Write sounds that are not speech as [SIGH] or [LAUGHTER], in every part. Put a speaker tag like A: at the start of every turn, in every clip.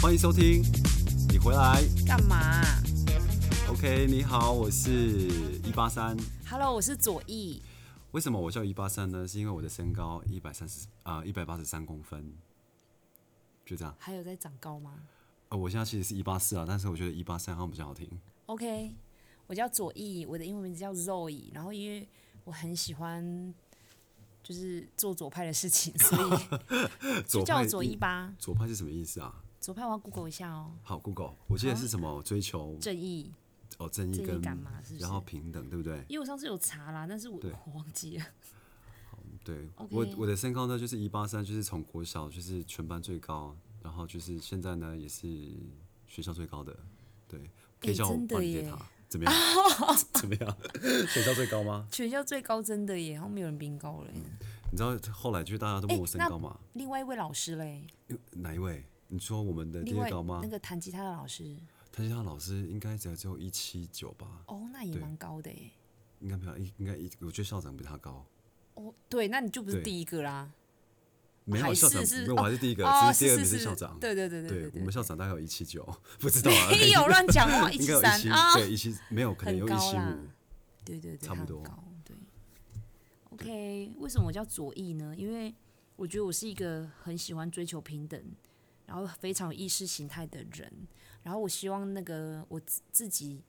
A: 欢迎收听。你回来
B: 干嘛啊
A: ，OK？你好，我是一八三。
B: ？Hello，我是左翼。
A: 为什么我叫一八三呢？是因为我的身高一百三十啊，一百八十三公分，就这样。
B: 还有在长高吗
A: 呃，我现在其实是一八四啊，但是我觉得一八三好像比较好
B: [LAUGHS]
A: 听。
B: ？OK，我叫左翼，我的英文名字叫 Zoe。然后因为我很喜欢就是做左派的
A: [LAUGHS]
B: 事情，所以就叫我左翼吧。
A: 左派是什么意思啊？
B: 左派我要 Google 一下哦。
A: 好，Google，我记得是什么追求
B: 正义，
A: 哦正义
B: 正义
A: 跟
B: 感嘛是不是
A: 然后平等，对不对？
B: 因为我上次有查啦，但是我
A: 对
B: 我忘记了。 [LAUGHS]
A: 对
B: OK
A: 我我的身高呢就是一八三，就是从国小就是全班最高，然后就是现在呢也是学校最高的，对，可以
B: 诶
A: 叫我
B: 真的
A: 帮你给
B: 耶
A: 他，怎么样？
B: [LAUGHS]
A: 怎么样？学校最高吗？
B: 全校最高真的耶，然后没有人比你高了耶。
A: 你知道后来就是大家都问我身
B: 那
A: 高嘛？
B: 另外一位老师嘞，
A: 因为哪一位？你说我们的第
B: 另
A: 二
B: 外
A: 高吗
B: 那？个弹吉他的老师，
A: 谭吉他老师应该只有只有一七九吧？
B: 哦，那也
A: 对
B: 蛮高的耶。
A: 应该没有，应应该一，我觉得校长比他高。
B: 哦，对，那你就不是
A: 对
B: 第一个啦。
A: 没有啊
B: 还
A: 校长，
B: 是是
A: 没有，我还是第一个，
B: 哦，
A: 只是第二
B: 是
A: 名
B: 是
A: 校长。
B: 对对对对
A: 对，
B: 对
A: 我
B: 对
A: 们校长大概有一七九，不知道
B: [LAUGHS]
A: 啊。
B: 没有乱
A: [LAUGHS]
B: 讲话，一
A: 应
B: 七
A: 该有一
B: 三
A: 七，
B: 啊，
A: 对一七没有，可能
B: 很
A: 有一
B: 高
A: 七
B: 啦
A: 五。
B: 对对对，
A: 差不
B: 他很
A: 多
B: 高对，OK，为什么我叫左翼呢？因为我觉得我是一个很喜欢追求平等，然后非常有意识形态的人，然后我希望那个我自自己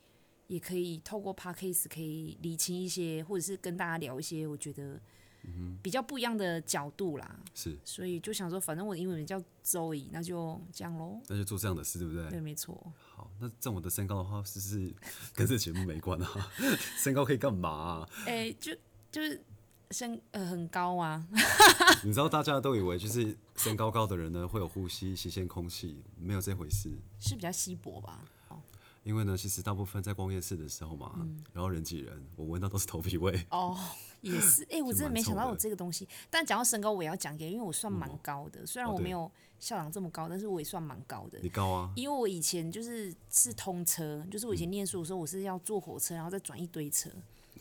B: 也可以透过 p a c k a s e 可以厘清一些，或者是跟大家聊一些我觉得比较不一样的角度啦。
A: 嗯是，
B: 所以就想说，反正我的英文名叫 Zoe，那就这样喽。
A: 那就做这样的事，对不对？
B: 对，没错。
A: 好，那这样我的身高的话，是不是跟这节目没关啊？ [LAUGHS] 身高可以干嘛啊、
B: [LAUGHS] 哎、就就是身呃很高啊，
A: 你知道大家都以为就是身高高的人呢会有呼吸新鲜空气，没有这回事。
B: 是比较稀薄吧？
A: 因为呢，其实大部分在逛夜市的时候嘛，然后人挤人，我闻到都是头皮味。
B: 嗯哦，也是。哎、我真的
A: 蛮
B: 没想
A: 臭
B: 到
A: 的
B: 有这个东西。但讲到身高，我也要讲一个，因为我算蛮高的，虽
A: 哦
B: 然我
A: 对
B: 没有校长这么高，但是我也算蛮高的
A: 你。高啊？
B: 因为我以前就是是通车，就是我以
A: 嗯
B: 前念书的时候，我是要坐火车，然后再转一堆车，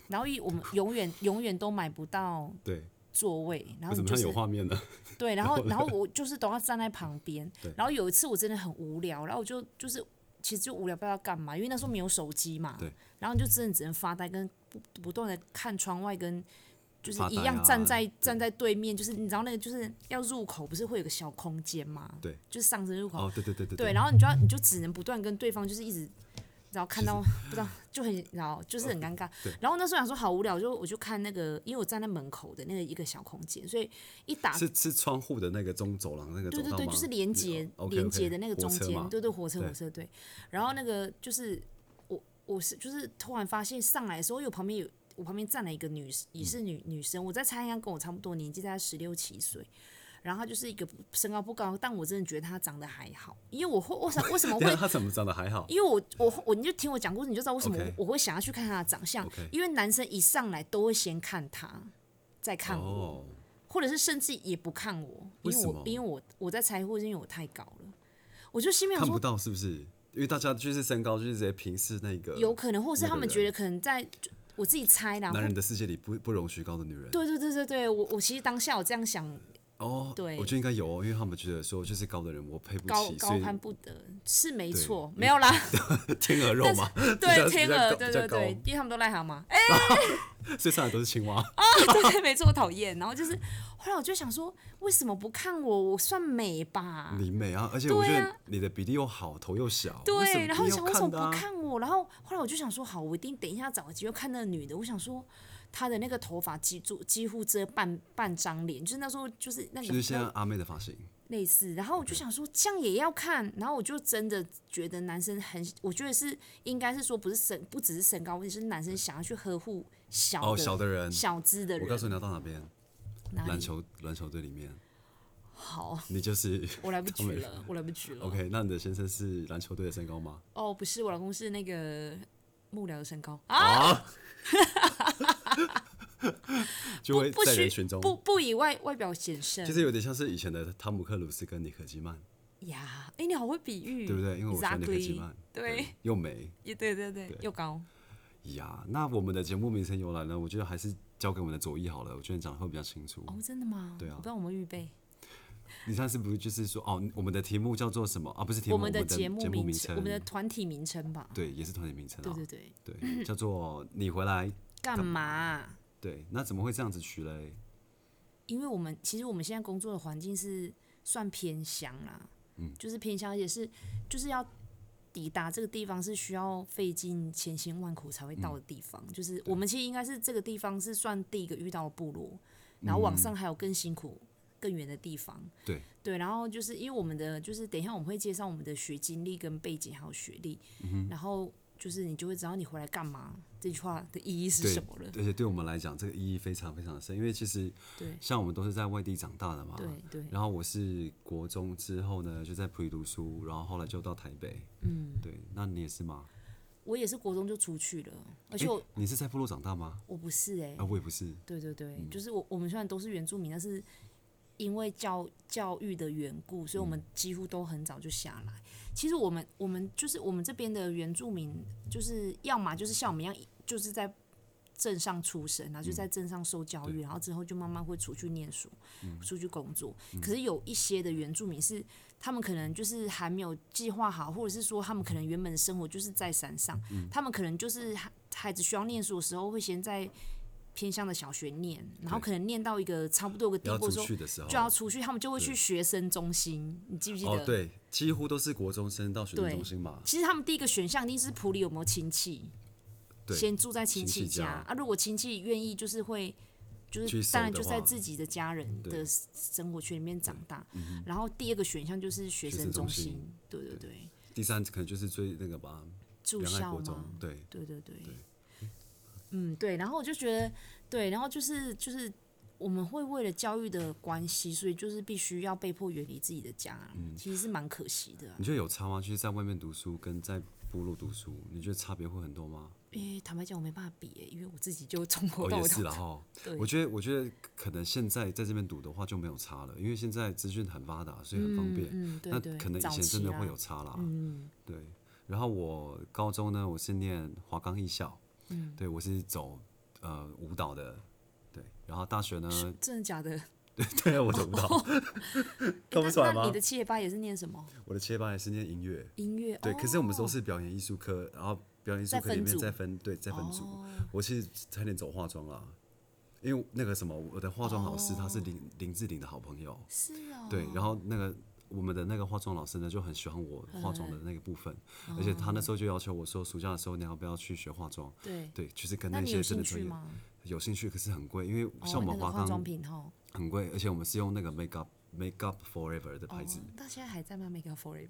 B: 然后一我们永远永远都买不到
A: 对，
B: 座位，然
A: 为
B: 后
A: 什
B: 你
A: 么
B: 就
A: 他
B: 是
A: 有画面呢？
B: 对，然后然后我就是都要站在旁边
A: [LAUGHS] 对。
B: 然后有一次我真的很无聊，然后我就就是其实就无聊不知道要干嘛，因为那时候没有手机嘛。
A: 对。
B: 然后你就真的只能发呆，跟不不断的看窗外，跟就是
A: 发呆
B: 一样站
A: 啊
B: 在、站在对面，就是你知道那个就是要入口不是会有个小空间嘛？
A: 对，
B: 就是上升入口。
A: 哦，对对对对
B: 对，然后你就要你就只能不断跟对方就是一直，然后看到不知道就很然后就是很尴尬
A: 哦对。
B: 然后那时候想说好无聊，我就我就看那个，因为我站在门口的那个一个小空间，所以一打
A: 是是窗户的那个中走廊那个走
B: 对对
A: 道吗？
B: 对，就是连接
A: 哦，OK，OK，
B: 连接的那个
A: 火
B: 中
A: 车嘛
B: 间，对对，火车
A: [LAUGHS] 对啊
B: 火车对。然后那个就是我我是就是突然发现上来的时候，因为我旁边有我旁边站了一个女也是
A: 嗯
B: 女、女生，我在猜应该跟我差不多年纪，大概十六七岁。然后她就是一个身高不高，但我真的觉得她长得还好，因为我会我想为什么
A: 对
B: 会
A: 啊，他怎么长得还好？
B: 因为我我我你就听我讲故事，你就知道为什么
A: OK
B: 我我会想要去看他的长相
A: OK
B: 因为男生一上来都会先看他，再看我
A: 哦，
B: 或者是甚至也不看我，
A: 为
B: 因为
A: 什么
B: 我因为我我在猜，或是因为我太高了，我就心里想
A: 看
B: 说
A: 不，到是不是？因为大家就是身高就是直接平视那个
B: 有可能，或者是他
A: 那
B: 们
A: 个人
B: 觉得可能在就我自己猜啦，
A: 男
B: 或
A: 人的世界里不不容许高的女人。
B: 对对对对对，我我其实当下我这样想，
A: 哦，
B: 对
A: 我觉得应该有哦，因为他们觉得说就是高的人我配不
B: 高
A: 起，所
B: 高
A: 以 [LAUGHS]
B: 攀不得是没
A: 对
B: 错，
A: 你
B: 没有啦，
A: 天鹅肉
B: [LAUGHS]
A: 嘛，比较
B: 对天鹅，对
A: 比
B: 对，对
A: 较，
B: 因为他们都癞蛤蟆，
A: 比较高所以上来都是青蛙。
B: 啊 [LAUGHS] 对对，没错，我讨厌。然后就是后来我就想说，为什么不看我？我算美吧？
A: 你美啊，而且
B: 对啊
A: 我觉得你的比例又好，头又小，为什
B: 对，
A: 么
B: 然后
A: 一定
B: 想
A: 要
B: 为什么
A: 看的
B: 不
A: 啊？
B: 看我？然后后来我就想说，好，我一定等一下找个机会看那个女的。我想说，她的那个头发几乎几乎遮半半张脸，就是那时候就是那个
A: 就是现在阿妹的发型，
B: 类似。然后我就想说，这样也要看。然后我就真的觉得男生很，我觉得是应该是说不是身不只是身高问题，是男生想要去呵护小的、
A: 哦小的人
B: 小资的
A: 我告
B: 人。
A: 诉你要到哪边，
B: 哪里
A: 篮球篮球队里面，
B: 好，
A: 你就是
B: 我来不
A: 他
B: 及
A: 们
B: 了，我来不及了。
A: OK，那你的先生是篮球队的身高吗？
B: 哦，不是，我老公是那个幕僚的身高啊。
A: 啊，就会
B: 不
A: 在人
B: 许
A: 群中，
B: 不不以外外表显胜。
A: 其实有点像是以前的汤姆克鲁斯跟尼可基曼，
B: 呀，哎、你好会比喻，
A: 对不对？因为我喜欢尼可基曼
B: Exactly，，对，
A: 又美
B: 也对对对，又高，
A: 呀。那我们的节目名称由来呢，我
B: 哦
A: 觉得还是交给我们的左翼好了，我觉得你讲的会比较清楚。
B: 哦，真的吗？
A: 对啊
B: 我帮我们预备，
A: 你上次不是就是说哦，我们的题目叫做什么啊？不是题目，
B: 我
A: 我
B: 们
A: 的
B: 的节目
A: 目
B: 名
A: 称，
B: 我们的团体名称吧。
A: 对，也是团体名称
B: 对
A: 啊、
B: 对对，
A: 对，叫做你回来。
B: 干嘛啊、
A: 对，那怎么会这样子取嘞？
B: 因为我们其实我们现在工作的环境是算偏乡啦，嗯，就是偏乡，而且是就是要抵达这个地方是需要费尽千辛万苦才会
A: 嗯
B: 到的地方。就是我们其实应该是这个地方是算第一个遇到的部落，然后往
A: 嗯
B: 上还有更辛苦、更远的地方。
A: 对
B: 对，然后就是因为我们的就是等一下我们会介绍我们的学经历跟背景还有学历，
A: 嗯
B: 然后就是你就会知道你回来干嘛这句话的意义是
A: 对
B: 什么了。
A: 而且对我们来讲，这个意义非常非常深，因为其实
B: 对
A: 像我们都是在外地长大的嘛。
B: 对对
A: 然后我是国中之后呢，就在普里读书，然后后来就到台北。嗯，对，那你也是吗？
B: 我也是国中就出去了，而且我、
A: 你是在部落长大吗？
B: 我不是哎、
A: 啊，我也不是。
B: 对对对，就是我我们虽然都是原住民，但是因为教教育的缘故，所以我们几乎都很早就下来。其实我们我们就是我们这边的原住民，就是要么就是像我们一样，就是在镇上出生，然后就在镇上受教育，然后之后就慢慢会出去念书，出去工作。可是有一些的原住民是，他们可能就是还没有计划好，或者是说他们可能原本的生活就是在山上，他们可能就是孩孩子需要念书的时候，会先在偏向的小学念，然后可能念到一个差不多有个地
A: 要
B: 步
A: 出
B: 之后，
A: 去的时候，
B: 就要出去，他们就会去学生中心，你记不记得？
A: 哦，对，几乎都是国中生到学生
B: 对
A: 中心嘛。
B: 其实他们第一个选项一定是普里有没有亲戚，
A: 对
B: 先住在亲
A: 亲戚
B: 家
A: 家
B: 啊。如果亲戚愿意，就是会，就
A: 去
B: 是
A: 收
B: 当然
A: 的
B: 就在
A: 话
B: 自己的家人的
A: 对嗯
B: 生活圈里面长大。然后第二个选项就是
A: 学
B: 学生
A: 生
B: 中
A: 中心
B: 心，对对对，
A: 第三可能就是追那个吧，
B: 住
A: 原爱
B: 校
A: 国
B: 嘛
A: 中，。对，
B: 对对对，嗯对，然后我就觉得对，然后就是就是我们会为了教育的关系，所以就是必须要被迫远离自己的家，
A: 嗯
B: 其实是蛮可惜的啊、
A: 你觉得有差吗？就是在外面读书跟在部落读书，你觉得差别会很多吗？
B: 诶、坦白讲我没办法比、诶，因为我自己就从头
A: 哦，
B: 到
A: 也
B: 尾
A: 是
B: 都
A: 啦哈
B: 对。
A: 我觉得，我觉得可能现在在这边读的话就没有差了，因为现在资讯很发达，所以很方便。
B: 嗯，对
A: 那
B: 对，
A: 可能以
B: 早
A: 前
B: 期啊嗯
A: 真的
B: 啦
A: 会有差啦。对。然后我高中呢，我是念华冈艺校，嗯，对我是走呃舞蹈的，对。然后大学呢，
B: 真的假的？
A: [LAUGHS] 对啊我走舞蹈， [LAUGHS] 看不出来
B: 哦那
A: 吗
B: 你的？七爷八也是念什么
A: 我的切班也是念音乐，
B: 音乐？
A: 对，
B: 哦、
A: 可是我们都是表演艺术科，然后表演艺术
B: 再
A: 科里
B: 分
A: 面
B: 组
A: 再分对
B: 哦
A: 再分组。我是差点走化妆啦，因为那个什么，我的化妆老师
B: 哦
A: 他是林、林志玲的好朋友，
B: 是哦，
A: 对，然后那个我们的那个化妆老师呢就很喜欢我化妆的那个部分，而
B: 哦
A: 且他那时候就要求我说，暑假的时候你要不要去学化妆？
B: 对。
A: 对，就是跟
B: 那
A: 那
B: 你有
A: 些真的
B: 兴
A: 专
B: 趣
A: 业
B: 吗？
A: 有兴趣，可是很贵，因为像我
B: 哦
A: 们
B: 那个
A: 华
B: 化妆
A: 冈
B: 品哦哈，
A: 很贵，而且我们是用那个 Make Up Make Up Forever 的牌子
B: 哦，到现在还在吗？Make Up Forever，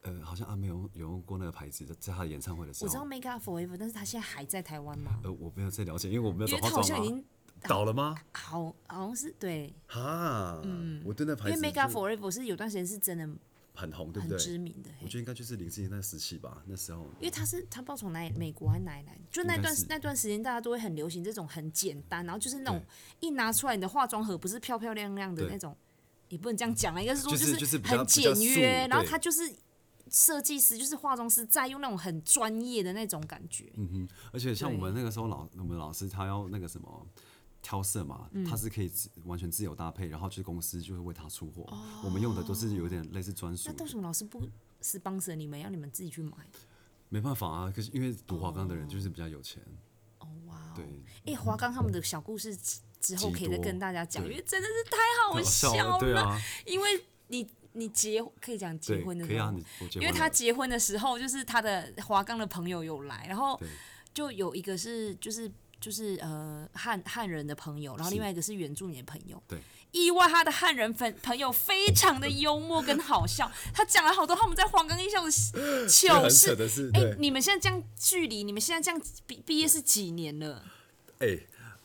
A: 呃，好像阿妹有有用过那个牌子，在在他的演唱会的时
B: 我知道
A: 候，
B: Make Up Forever，但是他现在还在台湾吗？
A: 呃，我没有再了解，因为我没有找
B: 因为他好
A: 化
B: 像已
A: 妆嘛，啊
B: 经
A: 倒了吗？
B: 好好像是对，
A: 哈，我对那牌
B: 嗯因为
A: 子
B: Make Up
A: 就
B: Forever 是有段时间是真的
A: 很红，对不
B: 很
A: 对？
B: 知名的，嘿
A: 我觉得应该就是林志颖那时期吧，那时候
B: 因为他是他不知道从哪里美国还是哪里来的，就
A: 应
B: 那
A: 该
B: 段
A: 是
B: 那段时间大家都会很流行这种很简单，然后就是那种
A: 对
B: 一拿出来你的化妆盒不是漂漂亮亮的
A: 对
B: 那种，也不能这样讲啊，应该是说
A: 就是就是比较
B: 很
A: 比较
B: 简
A: 素
B: 约，然后
A: 对
B: 他就是设计师就是化妆师在用那种很专业的那种感觉，
A: 嗯而且像我
B: 对
A: 们那个时候老我们老师他要那个什么挑色嘛，
B: 嗯
A: 他是可以自完全自由搭配，然后就是公司就会为他出货。我们用的都是有点类似专属
B: 哦那，为什么老师不 sponsor 你们，要你们自己去买？
A: 没办法啊，可是因为读华冈的人就是比较有钱，
B: 哦哇哦，
A: 对，
B: 哎，华冈他们的小故事之之后
A: 极
B: 可以再
A: 多
B: 跟大家讲，因
A: 对
B: 为真的是太好
A: 太
B: 笑
A: 好对
B: 了，
A: 啊，
B: 因为你你结可以讲结
A: 对，
B: 婚的
A: 可以啊，
B: 时候
A: 你我结
B: 因为
A: 婚
B: 他
A: 了，
B: 结婚的时候，就是他的华冈的朋友有来，然后
A: 对
B: 就有一个是就是就是呃汉汉人的朋友，然后另外一个是原住民的朋友。
A: 对，
B: 意外他的汉人朋朋友非常的幽默跟
A: [LAUGHS]
B: 好笑，他讲了好多他们在华冈艺校的糗
A: 很扯
B: 事。
A: 的是，
B: 哎、
A: 对，
B: 你们现在这样距离，你们现在这样毕毕业是几年了？
A: [LAUGHS] 哎，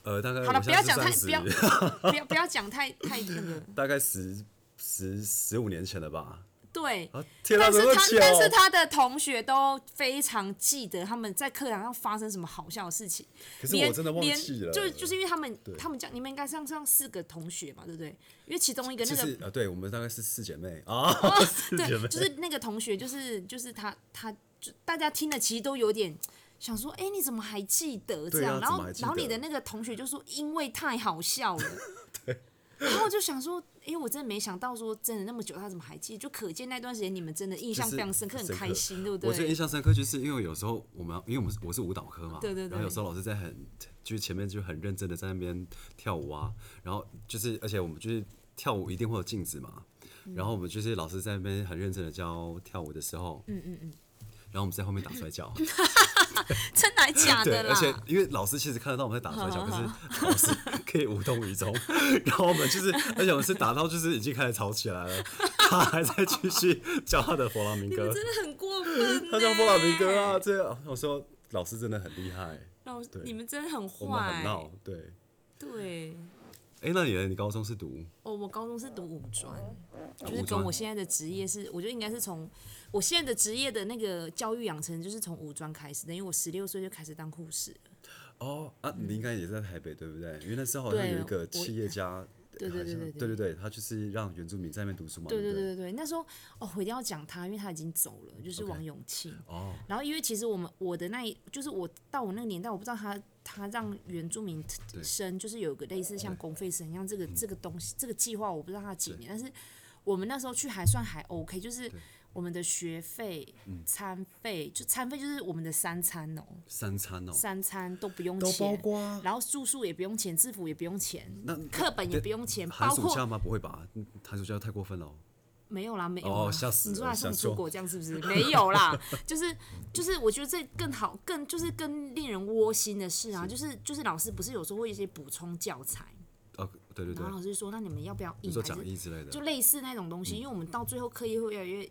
A: 呃，大概
B: 好了，
A: 我
B: 不
A: 现
B: 要
A: 在是
B: 讲太
A: 30
B: 不要不要不要讲太太那个。
A: 大概十十十五年前了吧。
B: 对，
A: 啊，天啊，
B: 但
A: 怎
B: 是
A: 么
B: 他
A: 巧？
B: 但是他的同学都非常记得他们在课堂上发生什么好笑的事情，
A: 可是
B: 连
A: 我真的忘
B: 连
A: 记了，
B: 就就是因为他们
A: 对
B: 他们讲你们应该上上四个同学嘛，对不对？因为其中一个那哦
A: 就
B: 个
A: 是啊，对我们大概是四姐妹
B: [LAUGHS]
A: 啊，四姐妹
B: 对，就是那个同学，就是就是他他就大家听了其实都有点。想说，哎、你怎么还记得这
A: 对啊
B: 样？然
A: 怎么
B: 后
A: 还，记
B: 然后你
A: 得 [LAUGHS]
B: 的那个同学就说，因为太好笑了。然后我就想说，哎、我真的没想到说真的那么久，他怎么还记得？就可见那段时间你们真的印象
A: 就是
B: 非常深刻，很
A: 深
B: 开
A: 刻
B: 心，对不
A: 我最印
B: 对？
A: 象深刻，就是因为有时候我们，因为我们是我是舞蹈科嘛，
B: 对对对
A: 然后有时候老师在很，就是前面就很认真的在那边跳舞啊，然后就是，而且我们就是跳舞一定会有镜子嘛，
B: 嗯
A: 然后我们就是老师在那边很认真的教跳舞的时候，嗯嗯嗯，然后我们在后面打摔
B: [LAUGHS]
A: 跤，
B: 真的还
A: [LAUGHS]
B: 假
A: 对，
B: 的
A: 而且
B: 啦？
A: 因为老师其实看得到我们在打摔跤，可
B: 好 [LAUGHS]
A: 是老师可以无动于衷。然后我们就是，而且我们是打到就是已经开始吵起来了，他还在继续教他的佛朗明哥，
B: 真的很过分呢。
A: [LAUGHS] 他教佛朗明哥啊，这样我说老师真的很厉害，
B: 然后
A: 对
B: 你们真的很
A: 我们很
B: 坏。欸
A: 闹，对。
B: 对，
A: 哎，那你呢？你高中是读
B: 哦，我高中是读五专，就是
A: 五
B: 跟
A: 专
B: 我现在的职业是，我觉得应该是从我现在的职业的那个教育养成，就是从五专开始的，因为我十六岁就开始当护士了。
A: 哦啊？你应该也在台北对不对？因为那时候好像
B: 对
A: 有一个
B: 我
A: 企业家，
B: 对对
A: 好
B: 对
A: 像
B: 对
A: 对对对，他就是让原住民在那边读书嘛，
B: 对
A: 对
B: 对
A: 不
B: 对对对，那时候哦，我一定要讲他，因为他已经走了，就是
A: OK
B: 王永庆。
A: 哦，
B: 然后因为其实我们我的那一，就是我到我那个年代，我不知道他他让原住民
A: 对
B: 生，就是有一个类似像
A: 对嗯
B: 公费生一样，这个这个东西这个计划，我不知道他几年，但是我们那时候去还算还 OK，就是
A: 对嗯
B: 我们的学费、餐费，就餐费就是我们的三餐哦，
A: 三餐哦，
B: 三餐都不用
A: 都包
B: 钱。
A: 括啊。
B: 然后住宿也不用钱，制服也不用钱，
A: 那
B: 课本也不用钱，
A: 寒
B: 包
A: 暑
B: 括
A: 假吗？不会吧，嗯寒暑假太过分了哦。
B: 没有啦，没有啦。
A: 哦吓死
B: 你说
A: 了
B: 还送
A: 想
B: 出
A: 说
B: 国这样是不是？ [LAUGHS] 没有啦，就是就是，我觉得这更好，更就是更令人窝心的事啊，就是就是老师不是有时候会有一些补充教材，
A: 哦，对对对
B: 然后，老师说那你们要不要
A: 你
B: 印
A: 说
B: 还是
A: 讲嗯义之类的，
B: 就类似那种东西，因为我们到最后课业会越来越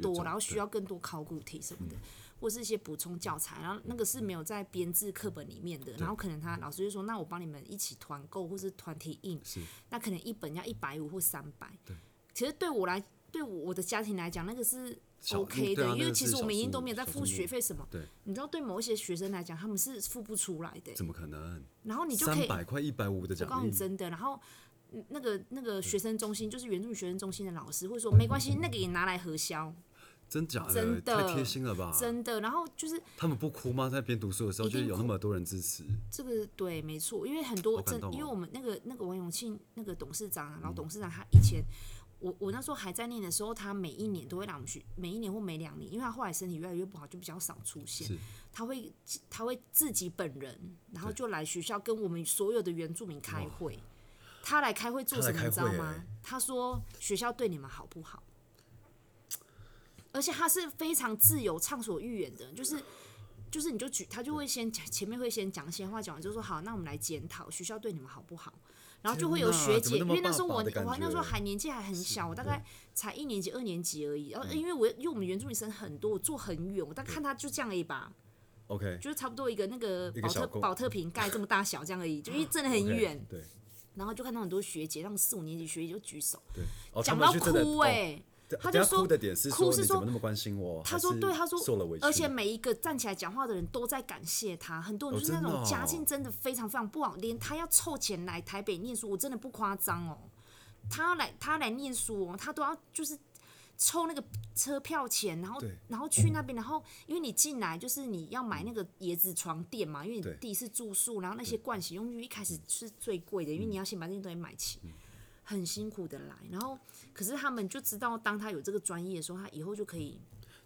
B: 多，
A: 重
B: 然后需
A: 对
B: 要更多考古题什
A: 嗯
B: 么的，或是一些补充教材，然后那个是没有在编制课本里面的，然后可能他老师就说，那我帮你们一起团购或是团体印
A: 是，
B: 那可能一本要一百五或三百
A: 对，
B: 其实对我来。对我的家庭来讲，那个是
A: 小
B: OK
A: 对
B: 的，
A: 啊
B: 因
A: 那
B: 为
A: 个
B: 其
A: 是
B: 实我
A: 小
B: 们已经
A: 数
B: 都没有在
A: 小
B: 付
A: 数
B: 学
A: 目
B: 费什么。
A: 对
B: 你知道，对某一些学生来讲，他们是付不出来的。
A: 怎么可能？
B: 然后你就可
A: 三
B: 以，
A: 百块一百五的
B: 我告诉
A: 讲
B: 你
A: 义，
B: 真的。然后嗯那个那个学生中心，就是原住民学生中心的老师会说，没关系，那个也拿来核
A: 啊
B: 销，
A: 真假的？
B: 真的
A: 太贴心了吧？
B: 真的。然后就是
A: 他们不哭吗？在边读书的时候，
B: 一
A: 就
B: 定
A: 是有那
B: 哭
A: 么多人支持，
B: 这个对，没错，因为很多
A: 好感
B: 真，
A: 动
B: 因为
A: 哦嗯
B: 我们那个那个王永庆那个董事长啊，老董事长他以前。我我那时候还在念的时候，他每一年都会让我们去，每一年或每两年，因为他后来身体越来越不好，就比较少出现
A: 是。
B: 他会他会自己本人，然后就来学校跟我们所有的原住民开会。他来开会做
A: 他
B: 什
A: 来
B: 么，你知道
A: 开会
B: 吗
A: 欸？
B: 他说学校对你们好不好？而且他是非常自由、畅所欲言的，就是就是你就举，他就会先讲前面会先讲一些话，讲完就说好，那我们来检讨学校对你们好不好，然后就会有
A: 天哪
B: 学姐，
A: 怎
B: 因
A: 么那么
B: 为那时候我
A: 爸爸的感
B: 我还那时候
A: 觉
B: 还年纪还很小，我大概才一年级、二年级而已，然后
A: 嗯
B: 因为我因为我们原住民生很多，我坐很远，我但看他就这样而已吧，
A: OK，
B: 就是差不多一个那个
A: 一个
B: 保
A: 小
B: 特
A: 公
B: 保特瓶盖这么大小这样而已，就因为真的很
A: [LAUGHS] OK，
B: 远，
A: 对
B: 然后就看到很多学姐，让四五年级学姐就举手，
A: 对，哦
B: 讲
A: 他
B: 到
A: 们就真的
B: 哭
A: 哦
B: 哎、
A: 等
B: 他
A: 等
B: 就
A: 下
B: 说
A: 哭的点是
B: 哭
A: 说
B: 是
A: 你怎
B: 说
A: 么那么关心我？
B: 他
A: 还
B: 说
A: 是
B: 对，他说
A: 受了委屈，
B: 而且每一个站起来讲话的人都在感谢他，很多
A: 哦
B: 人就是那
A: 真的
B: 种
A: 哦
B: 家境真的非常非常不好，连他要凑钱来台北念书，我真的不夸张哦，他要来他来念书哦，他都要就是。抽那个车票钱，然后
A: 对
B: 然后去那边，然后因为你进来就是你要买那个椰子床垫嘛，因为你
A: 对
B: 第一次住宿，然后那些盥洗用具一开始是最贵的，因为你要先把这些东西买齐，
A: 嗯
B: 很辛苦的来。然后可是他们就知道，当他有这个专业的时候，他以后就可以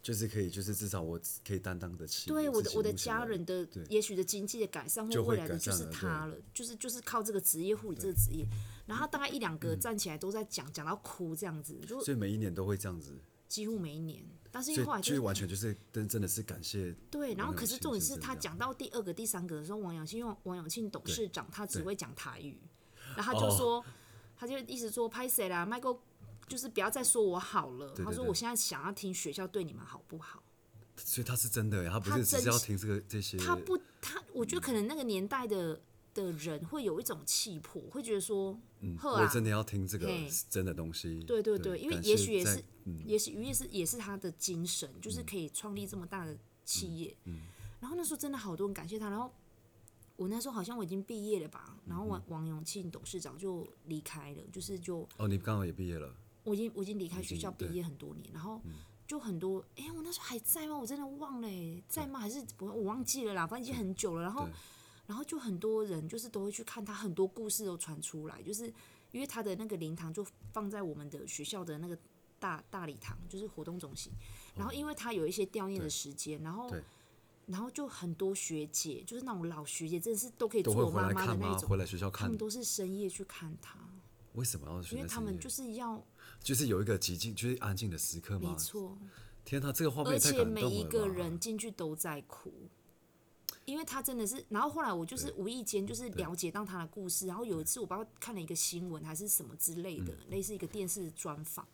A: 就是可以，就是至少我可以担当得起
B: 对我
A: 自
B: 的
A: 己
B: 我的
A: 目前
B: 家人的
A: 对
B: 也许的经济的改善或
A: 就会
B: 未来的
A: 改
B: 就
A: 善
B: 是
A: 了
B: 他了，就是就是靠这个职业护理这个职业，然后他大概一两个站起来都在讲讲到哭这样子，就
A: 嗯所以每一年都会这样子，
B: 几乎每一年，但是因
A: 所
B: 为
A: 以
B: 后来
A: 就是
B: 就
A: 完全就是真真的是感谢
B: 对，然后
A: 王
B: 可
A: 永
B: 是
A: 庆
B: 重点
A: 先
B: 是
A: 生
B: 他
A: 这样
B: 讲到第二个第三个的时候，王永庆因为王永庆董事长他只
A: 对
B: 会讲台语，然后他就
A: 哦
B: 说他就一直说拍谁啦，Michael 就是不要再说我好了，
A: 对
B: 他
A: 对
B: 说
A: 对
B: 我现在想要听学校对你们好不好。
A: 所以他是真的欸耶，他不
B: 他
A: 是只
B: 真
A: 是要
B: 是
A: 听这个这些，
B: 他不，他我觉得可能那个年代的的人会有一种气魄，会觉得说，呵
A: 嗯我
B: 啊，
A: 真的要听这个
B: 嘿
A: 是真的东西。
B: 对对对，因为
A: 感
B: 也
A: 谢
B: 许也
A: 在
B: 是，也许也是也是他的精神，
A: 嗯
B: 就是可以创立这么大的企业。然后那时候真的好多人感谢他，然后我那时候好像我已经毕业了吧，
A: 嗯
B: 然后王王永庆董事长就离开了，就是就
A: 哦，你刚好也毕业了，
B: 我已经我已经离开学校毕
A: 对嗯
B: 业很多年，然后就很多，哎、我那时候还在吗？我真的忘了、欸，在吗？还是不我忘记了啦，反正已经很久了。然后
A: 对，
B: 然后就很多人就是都会去看他，很多故事都传出来，就是因为它的那个灵堂就放在我们的学校的那个大大礼堂，就是活动中心。然后因为它有一些悼念的时间，然后
A: 对
B: 然后就很多学姐，就是那种老学姐，真的是都可以
A: 都
B: 做
A: 会
B: 我
A: 回
B: 妈
A: 来
B: 妈的
A: 看
B: 那
A: 吗？
B: 一
A: 回
B: 种，
A: 来学校
B: 他
A: 看
B: 们，都是深夜去看她，
A: 为什么要选
B: 因为
A: 在
B: 他
A: 深
B: 们
A: 夜？
B: 就是要
A: 就是有一个极静，就是安静的时刻
B: 没
A: 嘛。
B: 错。
A: 天啊哪，这个画面
B: 而
A: 也太
B: 且
A: 感
B: 每
A: 动
B: 一
A: 了
B: 个
A: 吧
B: 人进去都在哭，因为他真的是。然后后来我就是无意间就是了解到他的故事，然后有一次我不知道看了一个新闻还是什么之类的，
A: 嗯
B: 类似一个电视专访。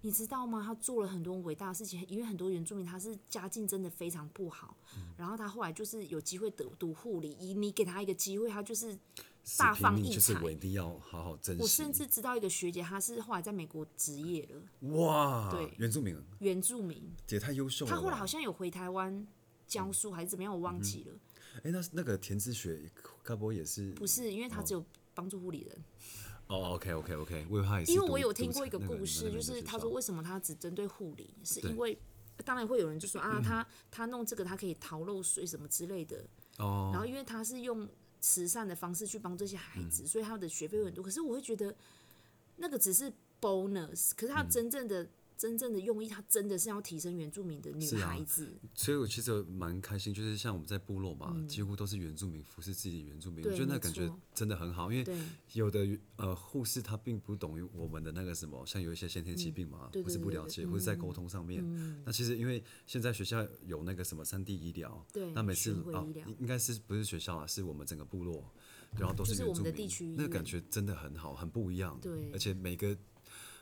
B: 你知道吗？他做了很多伟大的事情，因为很多原住民他是家境真的非常不好，
A: 嗯
B: 然后他后来就是有机会读读护理，以你给他一个机会，他就是
A: 死
B: 大
A: 拼
B: 放
A: 命
B: 异
A: 就是
B: 彩
A: 我一定要好好珍惜。
B: 我甚至知道一个学姐，她是后来在美国职业了，
A: 哇，
B: 对
A: 原住民
B: 原住民，
A: 也太优秀了吧。
B: 她后来好像有回台湾
A: 嗯
B: 教书还是怎么样，我忘记了。
A: 哎，那那个田之雪，该不会也是？
B: 不是，因为他只有帮助护理人。
A: 哦，OK OK OK，我以为他也是
B: 因
A: 读。
B: 为我有听
A: 读
B: 过一个
A: 那
B: 故
A: 你们那
B: 事，就
A: 边的
B: 是
A: 学
B: 他
A: 校
B: 说为什么他只针对护理，是
A: 对嗯
B: 因为当然会有人就说啊，他他弄这个他可以逃漏税什么之类的，
A: 哦，
B: 然后因为他是用慈善的方式去帮这些孩
A: 嗯
B: 子，所以他的学费会很多。可是我会觉得那个只是 bonus，可是
A: 嗯
B: 他真正的。真正的用意，他真的是要提升原住民的女
A: 是啊
B: 孩子，
A: 所以我其实蛮开心，就是像我们在部落嘛，几乎都是原住民服侍自己的原住民，我
B: 嗯对
A: 觉得那
B: 没
A: 感觉
B: 错
A: 真的很好，因为
B: 对
A: 有的呃护士他并不懂于我们的那个什么，像有一些先天疾病嘛，
B: 嗯对
A: 或是
B: 对
A: 不
B: 对
A: 了
B: 对嗯
A: 解，或是在沟通上面。那其实因为现在学校有那个什么三 D 医疗，
B: 对
A: 那每次
B: 巡回
A: 啊
B: 医疗
A: 应应该是不是学校啊，是我们整个部落，然后都
B: 就是是
A: 原
B: 我们
A: 住
B: 的
A: 民，
B: 地区医
A: 那个感
B: 院
A: 觉真的很好，很不一样。
B: 对
A: 而且每个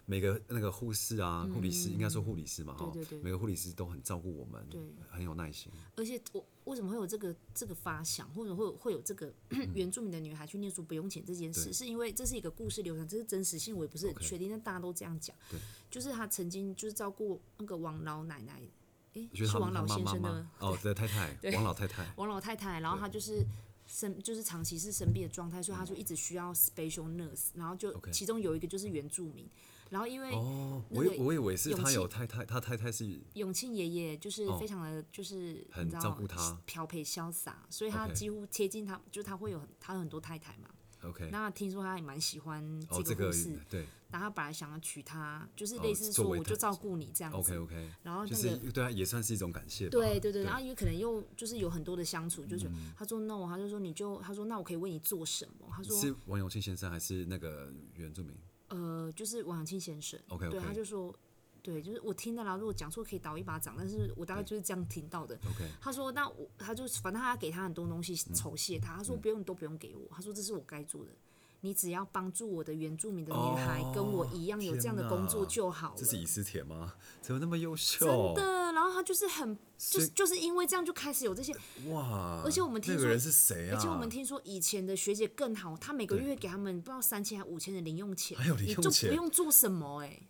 A: 每个那个护士啊，护理师应该说护理师嘛，哈
B: 嗯对对，对
A: 每个护理师都很照顾我们，
B: 对呃
A: 很有耐心。
B: 而且我为什么会有这个这个发想，或者会有会有这
A: [CLEARS THROAT]
B: 个原住民的女孩去念书不用钱这件事，
A: 对
B: 是因为这是一个故事流传，这是真实性，我也不是很
A: OK
B: 确定但大家都这样讲。就是她曾经就是照顾那个王老奶奶，诶，
A: 就是是
B: 王
A: 他
B: 老
A: 妈
B: 先
A: 妈
B: 生哦的
A: 吗？哦，对，太太，王老太
B: [LAUGHS]
A: 太，
B: 王老太太，然后她就是生就是长期是生病的状态，所以她就一直需要 special nurse，然后就
A: 嗯 OK
B: 其中有一个就是原住民，然后因为
A: 哦，
B: 那
A: 我以
B: 个
A: 我以为是
B: 勇
A: 他
B: 气
A: 有太太，他太太是
B: 永庆爷爷就是
A: 哦
B: 非常的就是、
A: 很
B: 你知道
A: 照顾他
B: 漂培潇洒，所以他
A: OK
B: 几乎贴近他，就是他会有很他有很多太太嘛。
A: OK，
B: 那听说他也蛮喜欢
A: 哦，这
B: 这
A: 个
B: 个护士，
A: 对
B: 然后他本来想要娶她，就是
A: 哦
B: 类似
A: 作
B: 说
A: 为
B: 我就
A: 他
B: 照顾你这样子。
A: ，OK OK，
B: 然后那个、
A: 就是对啊，也算是一种感谢吧。
B: 对对对，
A: 对嗯
B: 然后因为可能又就是有很多的相处，就是、他说 no，他就说你就他说那我可以为你做什么？他说
A: 是王永庆先生还是那个原住民？
B: 呃，就是王永庆先生
A: OK，OK
B: 对，他就说，对，就是我听的啦。如果讲错可以倒一巴掌，但是我大概就是这样听到的。
A: OK
B: 他说，那我他就反正他给他很多东西
A: 嗯
B: 酬谢他，他说不用，你都不用给我，他说这是我该做的。你只要帮助我的原住民的女孩、跟我一样有这样的工
A: 哦
B: 作
A: 天哪
B: 就好了。
A: 这是以斯帖吗？怎么那么优
B: 真
A: 秀？
B: 的，然后他就是很，就
A: 所以
B: 是就是因为这样就开始有这些，
A: 哇！
B: 而且我们听
A: 那个
B: 说
A: 人是谁啊？
B: 而且我们听说以前的学姐更好，她每个
A: 对
B: 月给他们不知道三千还五千的零用钱，
A: 还有零
B: 你
A: 用
B: 就
A: 钱
B: 不用做什么哎、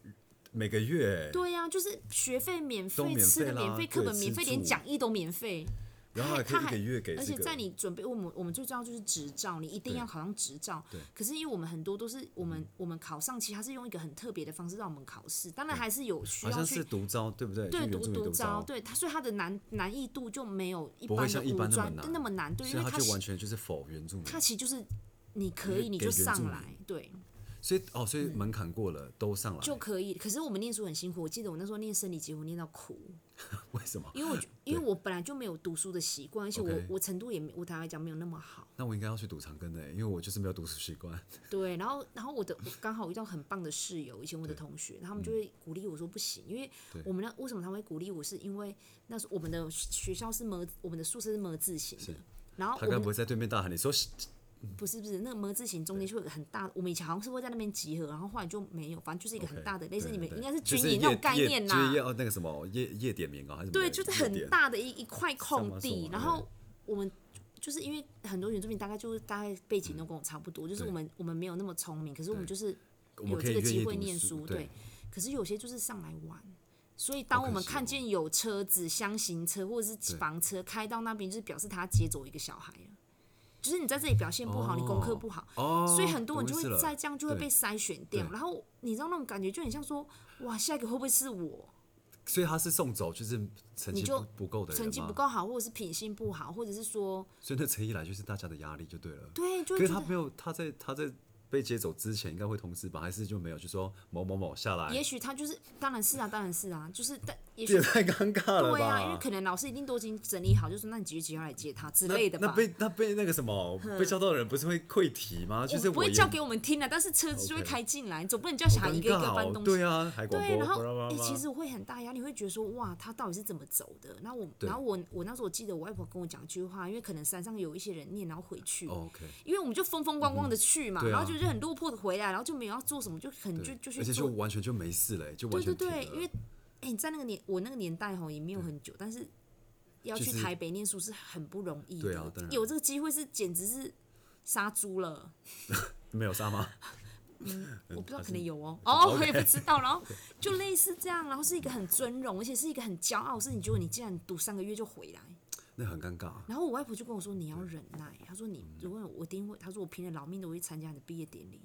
A: 每个月，
B: 对呀、就是学费免
A: 都
B: 费，
A: 免费
B: 吃的
A: 啦
B: 免费，课
A: 对
B: 本免
A: 吃
B: 费，连
A: 住
B: 讲义都免费。
A: 然后
B: 还
A: 还啊可以
B: 他
A: 一
B: 还
A: 个月给
B: 而
A: 这
B: 且
A: 个，
B: 在你准备我们我们最重要就是执照，你一定
A: 对
B: 要考上执照
A: 对。嗯
B: 可是因为我们很多都是我们我们考上，其实它是用一个很特别的方式让我们考试，当然还是有需
A: 好
B: 要
A: 像是
B: 去。
A: 独招，对不对？
B: 对
A: 就原
B: 读
A: 住民
B: 读
A: 独
B: 招，，对它，所以它的难难易度就没有一
A: 不会
B: 般的
A: 像一
B: 五
A: 般那么
B: 专
A: 难
B: 那么难，对，因
A: 所以
B: 为
A: 他
B: 它
A: 就
B: 其
A: 完全就是否原住民。
B: 它其实就是你可
A: 为
B: 以你
A: 给
B: 就
A: 原住
B: 上
A: 民
B: 来，对，
A: 所以哦，所以门槛过了都上来，
B: 就可以。可是我们念书很辛苦，我记得我那时候念生理结我念到哭，
A: [LAUGHS] 为什么？
B: 因为我
A: [GASPS]
B: 觉因为我本来就没有读书的习惯，而且我
A: OK
B: 我程度也没我坦白讲没有那么好。
A: [LAUGHS] 那我应该要去赌长庚的，欸因为我就是没有读书习惯。
B: 对，然后然后我的我刚好遇到很棒的室友，以前我的同学，他们就会鼓励我说不行，因为
A: 嗯对
B: 我们那为什么他会鼓励我，是因为那时候我们的学校是模，我们的宿舍是模字形的。然后
A: 他
B: 我
A: 该
B: 们
A: 不会在对面大喊你说是
B: 不是不是那个模字形中间就有个很大的，我们以前好像是会在那边集合，然后后来就没有，反正就是一个很
A: OK，
B: 大的类似
A: 对
B: 你们
A: 对
B: 应该是
A: 就
B: 军营那
A: 夜
B: 种概
A: 夜
B: 念
A: 就是
B: 啦
A: 夜，哦那个什么夜夜点名啊，还是什么
B: 对，
A: 的
B: 就是
A: 夜
B: 很
A: 点
B: 大的一一块空
A: 什
B: 地
A: 么，
B: 然后我们就是因为很多原住民大概就是大概背景都跟我差不多，就是
A: 对
B: 我们我们没有那么聪明，可是我们
A: 对
B: 就是
A: 我们
B: 有
A: 可
B: 这
A: 以
B: 个
A: 愿意
B: 机会
A: 读
B: 念
A: 书
B: 书，
A: 对
B: 对。可是有些就是上来玩，所以当
A: 好
B: 我
A: 可
B: 们
A: 惜
B: 看
A: 哦
B: 见有车子、箱型车或者是房车开到那边，就是表示他接走一个小孩了。就是你在这里表现不好，你功课不好，
A: 哦，
B: 所以很多人
A: 懂
B: 就
A: 意思
B: 会
A: 了
B: 在这样就会
A: 对
B: 被筛选掉。
A: 对
B: 然后你知道那种感觉就很像说，哇，下一个会不会是我？
A: 所以他是送走，就是成绩
B: 你就
A: 不不够的人
B: 成绩
A: 吗
B: 不，够好，或者是品性不好，或者是说
A: 所以那陈一来就是大家的压力就对了。
B: 对，就
A: 可
B: 会
A: 是
B: 觉
A: 他
B: 得
A: 没有，他在他在被接走之前应该会通知吧？还是就没有？就说某某某下来，
B: 也许他就是，当然是啊，当然是啊，就是但也
A: 这
B: 许
A: 也太尴尬了吧？
B: 对啊，因为可能老师一定都已经整理好，就说那你几月几号来接他之类的
A: 那
B: 吧。
A: 被那被那个什么被叫到的人不是会溃体吗？就是
B: 我不会
A: 也
B: 叫给我们听的，啊但是车子就会
A: OK
B: 开进来，你总不能叫小
A: 好
B: 孩一个一个搬
A: 尴尬
B: 东
A: 哦
B: 西。
A: 对啊，还广
B: 对，
A: 播，
B: 然后
A: 巴拉巴
B: 诶
A: 拉
B: 其实我会很大压力，会觉得说哇，他到底是怎么走的？然后我，
A: 对
B: 然后我，我那时候我记得我外婆跟我讲一句话，因为可能山上有一些人念，然后回去，
A: 哦 OK，
B: 因为我们就风风光光的去嘛，
A: 对啊
B: 然后就是很落魄的回来，然后就没有要做什么，就可能就
A: 对
B: 就
A: 而
B: 去
A: 且就
B: 做。
A: 完全就没事了，就完
B: 对对
A: 全停
B: 对，
A: 了
B: 因为哎、你在那个年我那个年代吼也没有很久，但是要去
A: 就是
B: 台北念书是很不容易的，
A: 对啊当然
B: 有这个机会是简直是杀猪了。
A: 没有杀吗？
B: 我不知道，
A: 还
B: 可
A: 是
B: 能有哦，哦，
A: OK
B: 我也不知道。然后就类似这样，然后是一个很尊荣，而且是一个很骄傲的事情。结果你竟然读三个月就回来，
A: 那很尴尬。
B: 然后我外婆就跟我说你要忍耐，她说你如果我一定会，她说我拼了老命的我去参加你的毕业典礼。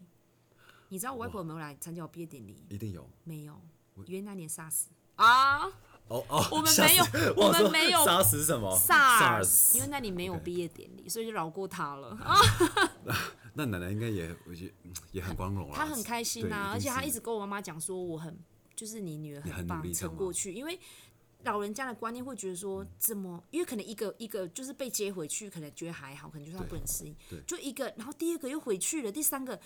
B: 你知道我外婆有没有来参加我毕业典礼？
A: 一定有
B: 没有，因为那年 SARS 啊
A: 哦哦，
B: 我们
A: 吓
B: 没有
A: 死
B: 我
A: 我
B: 们
A: 说
B: 没有
A: 杀死什么
B: SARS，因为
A: SARS
B: 那里没有
A: OK
B: 毕业典礼，所以就饶过她了。
A: 那奶奶应该也，我觉得嗯也很光荣啦。
B: 他很开心
A: 对
B: 呐、而且他一。
A: 定是
B: 直跟我妈妈讲说，我很就是你女儿
A: 你很努
B: 棒，
A: 力这样
B: 撑
A: 吗
B: 过去。因为老人家的观念会觉得说，怎么？因为可能一个一个就是被接回去，可能觉得还好，可能就是他
A: 对
B: 不能适应
A: 对，
B: 就一个，然后第二个又回去了，第三个，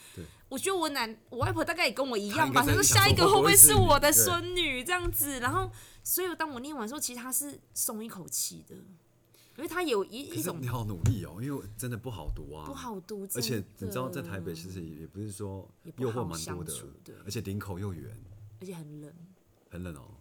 B: 我觉得我奶我外婆大概也跟我一样
A: 她
B: 吧，她
A: 应该
B: 说
A: 在想
B: 下一个
A: 说
B: 会
A: 会不
B: 不
A: 会
B: 会
A: 是
B: 是
A: 你
B: 我
A: 对
B: 的孙女这样子？然后，所以当我念完的时候，其实她是松一口气的，因为她有一
A: 可
B: 一
A: 是
B: 种
A: 你好努力哦，因为真的不好读啊，
B: 不好读，
A: 而且你
B: 真
A: 知道，在
B: 的
A: 台北其实也不是说
B: 也不
A: 诱
B: 好
A: 惑蛮多的
B: 相处对，
A: 而且林口又远，
B: 而且很冷。
A: 很冷哦。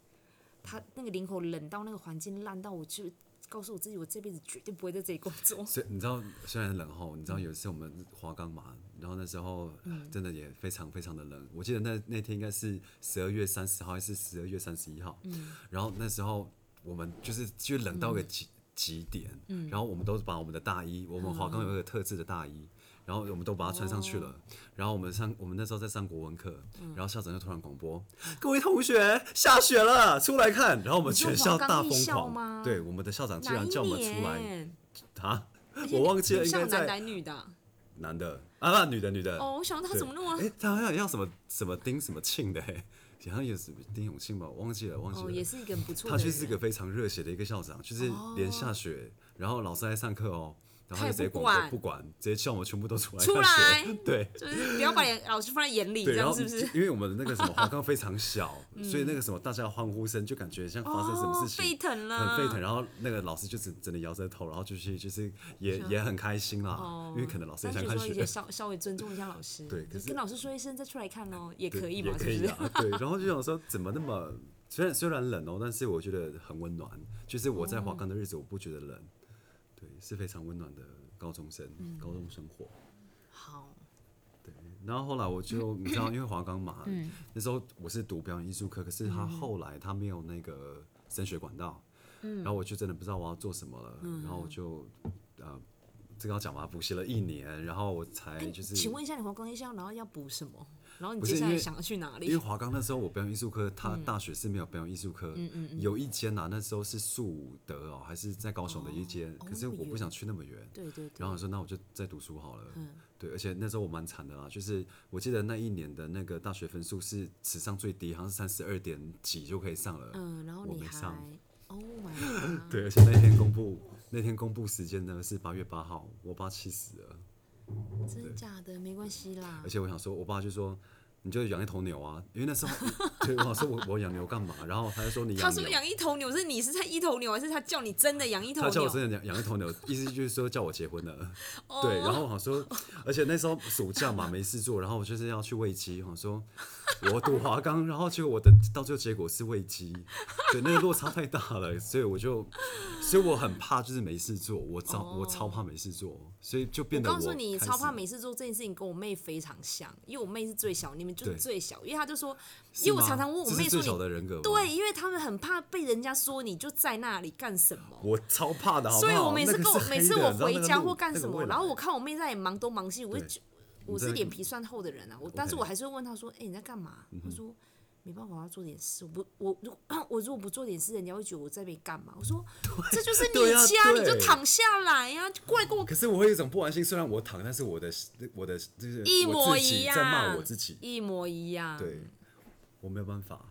B: 他那个领口冷到那个环境烂到，我就告诉我自己，我这辈子绝对不会在这里工作。
A: 所以你知道，虽然很冷后，你知道有一次我们华冈嘛，然后那时候
B: 嗯
A: 真的也非常非常的冷。我记得那那天应该是十二月三十号还是十二月三十一号，
B: 嗯
A: 然后那时候我们就是就冷到个极极点，
B: 嗯
A: 然后我们都把我们的大衣，我们华冈有一个特制的大衣。然后我们都把它穿上去
B: 哦
A: 了，然后我们上我们那时候在上国文课，
B: 嗯
A: 然后校长就突然广播：“各位同学，下雪了，出来看！”然后我们
B: 你说
A: 全校
B: 华冈
A: 大
B: 艺
A: 疯
B: 校吗
A: 狂，对，我们的校长
B: [LAUGHS]
A: 竟
B: 哪
A: 然
B: 一
A: 叫我们出来
B: 年？
A: 啊！我忘记了，应该
B: 像男
A: 在
B: 男女的啊、
A: 男的啊，女的女的。
B: 哦，我想到他
A: 对，
B: 怎么那么
A: 哎，他好像叫什么什么丁什么庆的， [LAUGHS] 哎，好像也是丁永庆吧，我忘记了，忘记
B: 哦，也
A: 了。
B: 是一个很不错
A: 他
B: 的人。哦
A: 就是个非常热血的一个校长，就是连下雪，然后老师在上课哦，然后
B: 他也
A: 就直接
B: 不
A: 广播
B: 管
A: 不管，直接叫我们全部都出来
B: 出
A: 看雪
B: 来
A: 对。
B: 就是不要把眼老师放在眼里，
A: 对，
B: 这
A: 然
B: 样
A: 后
B: 是不是？
A: 因为我们的那个什么花岗非常小，
B: [LAUGHS]
A: 所以那个什么大家欢呼声就感觉像发生什么
B: 哦，
A: 事情，
B: 沸腾了，
A: 很沸腾，。然后那个老师就只只能摇着头，然后就是就是也也很开心啦，因为可能老师也
B: 啊哦那
A: 想
B: 就
A: 看
B: 说
A: 雪，
B: 也稍稍微尊重一下老师，
A: 对可
B: 你
A: 是
B: 跟老师说一声再出来看哦，也
A: [LAUGHS] 对
B: 可以嘛，
A: 也
B: 是
A: 可
B: 不
A: 以
B: 是？
A: [LAUGHS] 啊，对，然后就想说怎么那么虽然虽然冷哦，但是我觉得很温暖，就是我在华冈的日子我不觉得冷，对，是非常温暖的高中生、
B: 嗯
A: 高中生活。
B: 好，
A: 然后后来我就你知道，因为华冈嘛，
B: 嗯
A: 那时候我是读表演艺术课，可是他后来他没有那个升学管道，
B: 嗯
A: 然后我就真的不知道我要做什么了，然后我就呃，这个要讲嘛，补习了一年，然后我才就是，
B: 哎请问一下你黄冈一校，然后要补什么？然后你
A: 不是
B: 接下
A: 因
B: 来
A: 为
B: 想要去哪
A: 因为
B: 里？
A: 华冈那时候我表演艺术科，他
B: 嗯
A: 大学是没有表演艺术科，有一间呐、啊那时候是树德哦，还是在高雄的一间，
B: 哦
A: 可是
B: 那么
A: 我不
B: 远
A: 想去那么远，
B: 对对对嗯
A: 然。后我说那我就再读书好了。对，而且那时候我蛮惨的啦，就是我记得那一年的那个大学分数是史上最低，好像是三十二点几就可以上了。
B: 嗯，然后
A: 我
B: 你
A: 没
B: 还
A: 上
B: ，Oh my god！
A: 对，而且那天公布那天公布时间呢是八月八号，我爸气死了。
B: 嗯真的假的？没关系啦
A: 而。且我想说，我爸就说你就养一头牛啊，因为那时候 [LAUGHS] 对我想说我我养牛干嘛？然后他就说你
B: 他
A: 养
B: 说
A: 牛。
B: 养一头牛，是你是他一头牛，还是他叫你真的养一头
A: 他叫我
B: 牛？
A: 真的养养一头牛，意思就是说叫我结婚了。
B: 哦
A: 对，然后我想说，而且那时候暑假嘛没事做，然后我就是要去喂鸡，我想说我读华冈，然后结果我的到最后结果是喂鸡，对，那个落差太大了，所以我就，所以我很怕就是没事做，我超、我超怕没事做，所以就变
B: 哦我
A: 得
B: 告诉你，
A: 开
B: 超怕
A: 始
B: 没事做这件事情跟我妹非常像，因为我妹是最小，你们就是
A: 对
B: 最小，因为她就说，
A: 是
B: 因为我
A: 吗
B: 常常问我
A: 这
B: 妹
A: 是
B: 说
A: 最小
B: 你，
A: 的人格吗，
B: 对，因为他们很怕被人家说你就在那里干什么。
A: 我超怕的好不好，
B: 所以我每次
A: 那个
B: 跟我
A: 是
B: 每
A: 黑
B: 次
A: 的
B: 我
A: 你知道
B: 回
A: 那个
B: 家
A: 路
B: 或干
A: 那个
B: 什么，
A: 未
B: 然后
A: 来
B: 我看我妹在忙东忙西，我就
A: 对
B: 觉我
A: 在
B: 是脸皮算厚的人啊，我但是
A: OK 嗯
B: 我还是会问她说，哎、你在干嘛？她说没办法，我要做点事。我不，我如 [COUGHS] 我如果不做点事，人家会觉得我在那边干嘛。我说这就是你
A: 对啊
B: 家，你就
A: 对
B: 躺下来呀、就过来跟我
A: 可是我会有一种不安心，虽然我躺，但是我的我的就是
B: 一模
A: 我自己
B: 一样，
A: 在骂我自己，
B: 一模一样。
A: 对，我没有办法。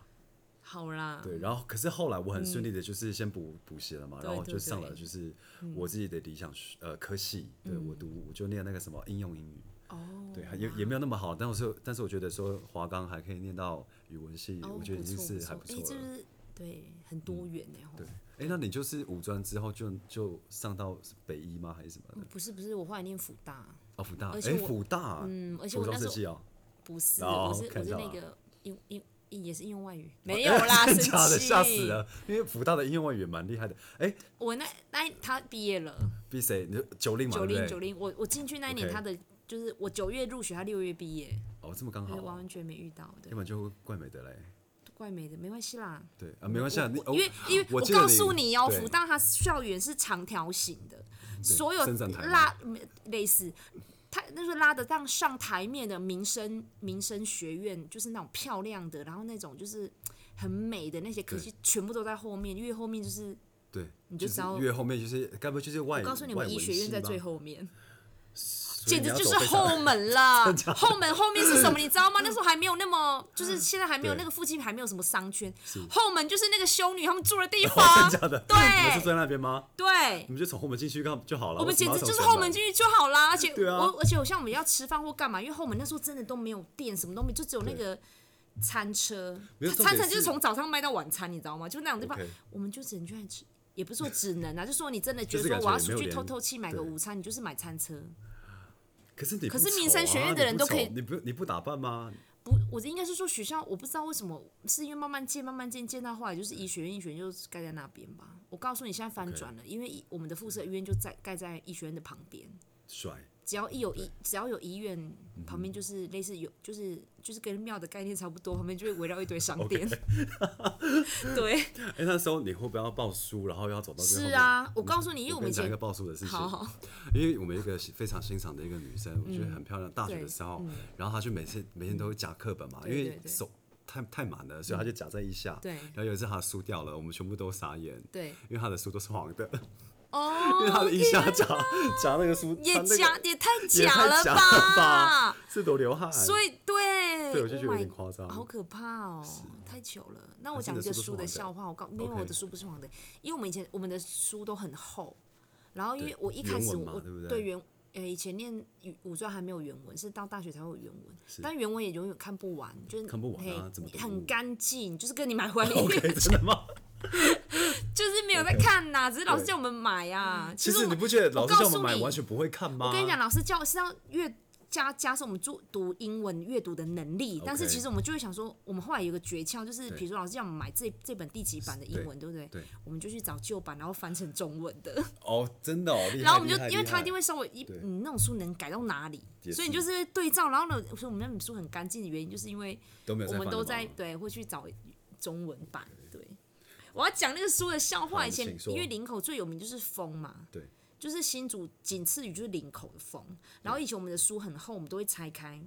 B: 好啦，
A: 对，然后可是后来我很顺利的，就是先补补习了嘛，然后
B: 对
A: 就
B: 对嗯
A: 上
B: 对
A: 了就是我自己的理想学呃科系，对我读我就念那个什么应用英语，
B: 嗯哦，
A: 对，也也没有那么好，但我是但是我觉得说华冈还可以念到语文系，
B: 哦，
A: 我觉得已
B: 不
A: 经
B: 错
A: 是还不
B: 不错，
A: 错
B: 哎、这就
A: 了。嗯
B: 是对很多元哎、吼
A: 对，哎，那你就是五专之后就就上到北医吗？还是什么的？
B: 不是不是，我后来念辅大，
A: 哦，福大，
B: 而且
A: 哎，
B: 我
A: 福大，
B: 嗯而且
A: 服
B: 我那
A: 装设
B: 时候
A: 计哦，
B: 不是，
A: 哦
B: 我是我
A: 看
B: 是
A: 到
B: 那
A: 了
B: 个应应也是应
A: [LAUGHS]
B: 用外语，没有啦，
A: 哎真
B: 生
A: 的
B: 气，
A: 假的，吓死了！因为福大的应用外语也蛮厉害的，哎，
B: 我那那他毕业了，
A: 比谁？你就九零嘛，
B: 九
A: 对
B: 零
A: 不对？
B: 九零，我我进去那一年
A: OK
B: 他的。就是我九月入学，他六月毕业，
A: 哦，这么刚好
B: 所以完
A: 啊，
B: 完全没遇到的
A: 要，不然就怪美的嘞。
B: 怪美的，没关系啦。
A: 对啊，没关系啊，你
B: 我因为因为
A: 我
B: 我
A: 记得
B: 告诉你哦，
A: 对
B: 福大它校园是长条形的，所有
A: 伸展台吗
B: 拉类似，它那是拉得上上台面的民生民生学院，就是那种漂亮的，然后那种就是很美的那些科技，全部都在后面，因为后面就是
A: 对，
B: 你就知道
A: 是越后面就是，该不会就是哎外？
B: 我告诉你们，医学院在最，后面，
A: 所以
B: 简
A: 你
B: 直
A: 要
B: 就是
A: 走非常
B: 后门了。后门后面是什么？你知道吗？那时候还没有
A: [LAUGHS]
B: 那么，就是现在还没有
A: 对
B: 那个附近还没有什么商圈，后门就是那个修女他们住的地
A: 哦
B: 方。
A: [LAUGHS] 真的假的？
B: 对
A: 你们是坐在那边吗？
B: 对
A: 你，们就从后门进去看就好了。
B: 我们
A: 为什
B: 简
A: 么
B: 直
A: 要
B: 就是
A: 从
B: 后
A: 前
B: 门进去就好啦，而且
A: 对啊
B: 我而且我像我们要吃饭或干嘛，因为后门那时候真的都没有店，什么都没有，就只有那
A: 对
B: 个餐车，
A: 没有重点
B: 餐车就是是从早上卖到晚餐，你知道吗？就那种地方
A: OK
B: 我们就只能去那吃，也不是说只能啊，就说你真的觉
A: 就是
B: 得说
A: 感觉
B: 我要
A: 也
B: 出
A: 没有
B: 去
A: 连
B: 透透气买个
A: 对
B: 午餐，你就是买餐车。
A: 可是你不
B: 可是
A: 丑
B: 民生学
A: 啊
B: 院的
A: 你
B: 人
A: 不
B: 都可
A: 丑
B: 以
A: 你不你不打扮吗？
B: 不，我的应该是说学校，我不知道为什么，是因为慢慢建，慢慢建，建到后来就是医学院，医学院就是盖在那边吧。我告诉你，现在翻
A: OK
B: 转了，因为医我们的附设医院就在盖在医学院的旁边。
A: 帅，
B: 只要一有医，只要有医院，
A: 嗯
B: 旁边就是类似有，就是就是跟庙的概念差不多，旁边就会围绕一堆商
A: [LAUGHS]
B: 店。对，
A: 哎，那时候你会不会要报书，然后要走到最后
B: 是
A: 面
B: 啊，我告诉你，因为
A: 我
B: 我
A: 跟
B: 们
A: 你
B: 以
A: 讲一个
B: 前
A: 报数的事情
B: 好好，
A: 因为我们有一个非常欣赏的一个女生，我觉得很漂亮。大学的时候，然后她就每次每天都会夹课本嘛，因
B: 嗯对对
A: 为
B: 对
A: 手太太满了，所以她就夹在腋下。
B: 对
A: 然后有一次她的书掉了，我们全部都傻眼，
B: 对
A: 因为她的书都是黄的，
B: [LAUGHS]
A: 因为她
B: 哦，
A: 的腋下夹夹那个书，
B: 也
A: 她那个
B: 假也太
A: 也
B: 假
A: 太
B: 了
A: 夹
B: 吧？
A: 吧，是多流汗。
B: 所以对，
A: 对我就觉得有
B: Oh my
A: 点夸张
B: 好可怕哦，太糗了。那我
A: 还是
B: 讲
A: 你
B: 一
A: 的
B: 个
A: 书都是
B: 书的
A: 黄的
B: 笑话，我告没有
A: OK
B: 我的书不是黄的，因为我们以前我们的书都很厚，然后因为
A: 对
B: 我一开始
A: 原文嘛
B: 我
A: 对不对
B: 对原呃以前念语武专还没有原文，是到大学才会有原文，但原文也永远看不完，就是
A: 看不完啊
B: 嘿
A: 怎么读
B: 很干净，就是跟你买回来
A: [LAUGHS] OK，真的吗？
B: [LAUGHS] 就是没有在看呐，只是老师
A: 对
B: 叫我们买呀。
A: 其
B: 我
A: 实你
B: 们
A: 不觉得老师
B: 告
A: 叫我们
B: 诉
A: 买
B: 你
A: 完全不会看吗？
B: 我跟你讲，老师教是要阅加加深我们读读英文阅读的能力，但是
A: OK
B: 其实我们就会想说，我们后来有个诀窍，就是
A: 对
B: 比如说老师叫我们买这这本第几版的英文，对不对？
A: 对
B: 我们就去找旧版，然后翻成中文的，
A: [LAUGHS] 哦，真的哦，厉害
B: 然后我们就
A: 厉害
B: 因为
A: 厉
B: 他
A: 害
B: 一定会稍微一嗯
A: 对
B: 你那种书能改到哪里，
A: 也
B: 所以你
A: 是
B: 就是对照。然后呢，所以我们那本书很干净的原因，就是因为
A: 都没有
B: 我
A: 在
B: 们
A: 翻
B: 都
A: 的
B: 在
A: 吗
B: 对会去找中文版，对。我要讲那个书的笑
A: 好
B: 话，以前
A: 请说
B: 因为林口最有名就是风嘛，
A: 对，
B: 就是新竹仅次于就是林口的风。然后以前我们的书很厚，我们都会拆开，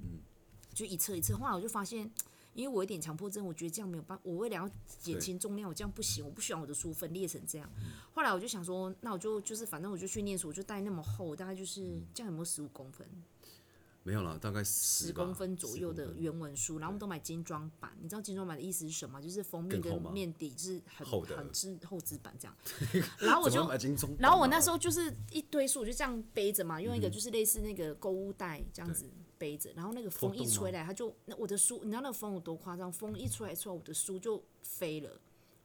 B: 就一册一册。后来我就发现，因为我有点强迫症，我觉得这样没有办法，我为了要减轻重量，我这样不行，我不喜欢我的书分裂成这样。后来我就想说，那我就就是反正我就去念书，我就带那么厚，大概
A: 嗯
B: 就是这样有没有十五公分？
A: 没有了，大概十
B: 十公分左右的原文书，然后我们都买精装版。你知道精装版的意思是什么吗？就是封面
A: 更厚
B: 跟
A: 吗
B: 面底是很
A: 厚的
B: 很质厚纸板这样。然后我
A: 怎么
B: 就
A: 买金钟
B: 然后我
A: 奖啊
B: 那时候就是一堆书，我就这样背着
A: 嗯
B: 嘛，用一个就是类似那个购物袋这样子背着，然后那个
A: 破
B: 风
A: 洞
B: 一
A: 吗
B: 吹来，它就那我的书，你知道那个风有多夸张？风一吹来出来，我的书就飞了。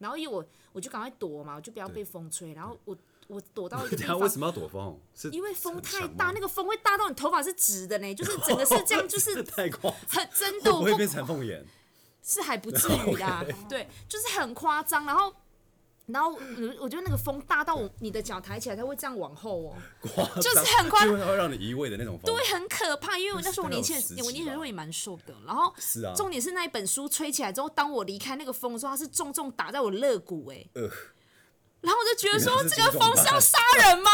B: 然后因为我我就赶快躲嘛，我就不要被风吹。然后我我躲到一个地
A: [LAUGHS] 等下
B: 方
A: 为，什么要躲风？是
B: 因为风
A: 很
B: 太
A: 强吗
B: 大，那个风会大到你头发是直的呢，就是整个是这样，就是
A: [LAUGHS] 太夸张，
B: 很
A: 会
B: 真
A: [LAUGHS]
B: 的，
A: 不
B: 我
A: 会
B: 不
A: 变成凤眼？
B: 是还不至
A: [LAUGHS]
B: 于啦，对，就是很夸张，然后。然后，嗯我觉得那个风大到我你的脚抬起来，它会这样往后哦，就是很夸
A: 张，因为它会让你移位的那种风。
B: 会很可怕。因为我那时候我
A: 大概有
B: 年轻
A: 10几
B: 的，我年轻的时候
A: 吧
B: 也蛮瘦的。然后，
A: 是啊
B: 重点是那一本书吹起来之后，当我离开那个风的时候，它是重重打在我肋骨、哎、
A: 呃
B: 然后我就觉得
A: 原来
B: 说，
A: 是
B: 这个
A: 精装
B: 风是要
A: 版
B: 杀人
A: [LAUGHS]
B: 吗？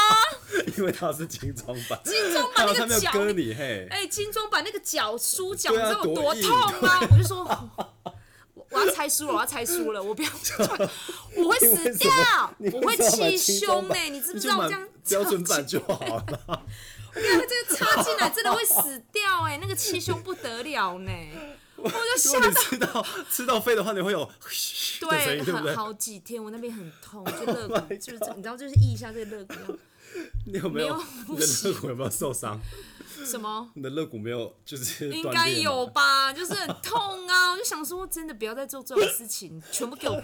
A: 因为它是精装
B: [LAUGHS]
A: 版，精
B: 装版那个
A: 它没有
B: 脚欸
A: 割你嘿，
B: 哎、金钟把那个脚梳脚，你
A: 对
B: 知
A: 啊
B: 道有
A: 多
B: 多
A: 硬
B: 痛吗？我就说，我 [LAUGHS] 我要猜输了，我要猜输了，我不要， [LAUGHS] 我会
A: 你
B: 死
A: 为什
B: 掉
A: 么， [LAUGHS] 你
B: [LAUGHS] 我
A: 为
B: 会
A: 什么买
B: 气
A: 轻
B: 胸
A: 装版
B: 哎、你知不
A: 你
B: 知
A: 就
B: 道我
A: 买
B: 这样
A: 标
B: 插
A: 准
B: 进
A: 版就好了。
B: [LAUGHS]
A: [LAUGHS]
B: 对，啊这个插进来真的会死掉哎、那个气胸不得了
A: [LAUGHS]
B: 呢、我就
A: 如
B: 吓
A: 果你吃
B: 到，
A: 到吃到肺的话，你会有 [LAUGHS] 的声
B: 对，
A: 音，对不对 Oh
B: 很？好几天，我那边很痛，就
A: [LAUGHS]
B: 肋骨就是这你知道，就是腋下这个肋骨
A: 你有没
B: 没有
A: 有你的肋骨有没有受伤？
B: 要
A: [LAUGHS]
B: 什么。
A: 你的肋骨没有就是
B: 应
A: 断
B: 该
A: 裂吗
B: 有吧，就是很痛啊！我就想说，真的不要再做这种事情，全部给我。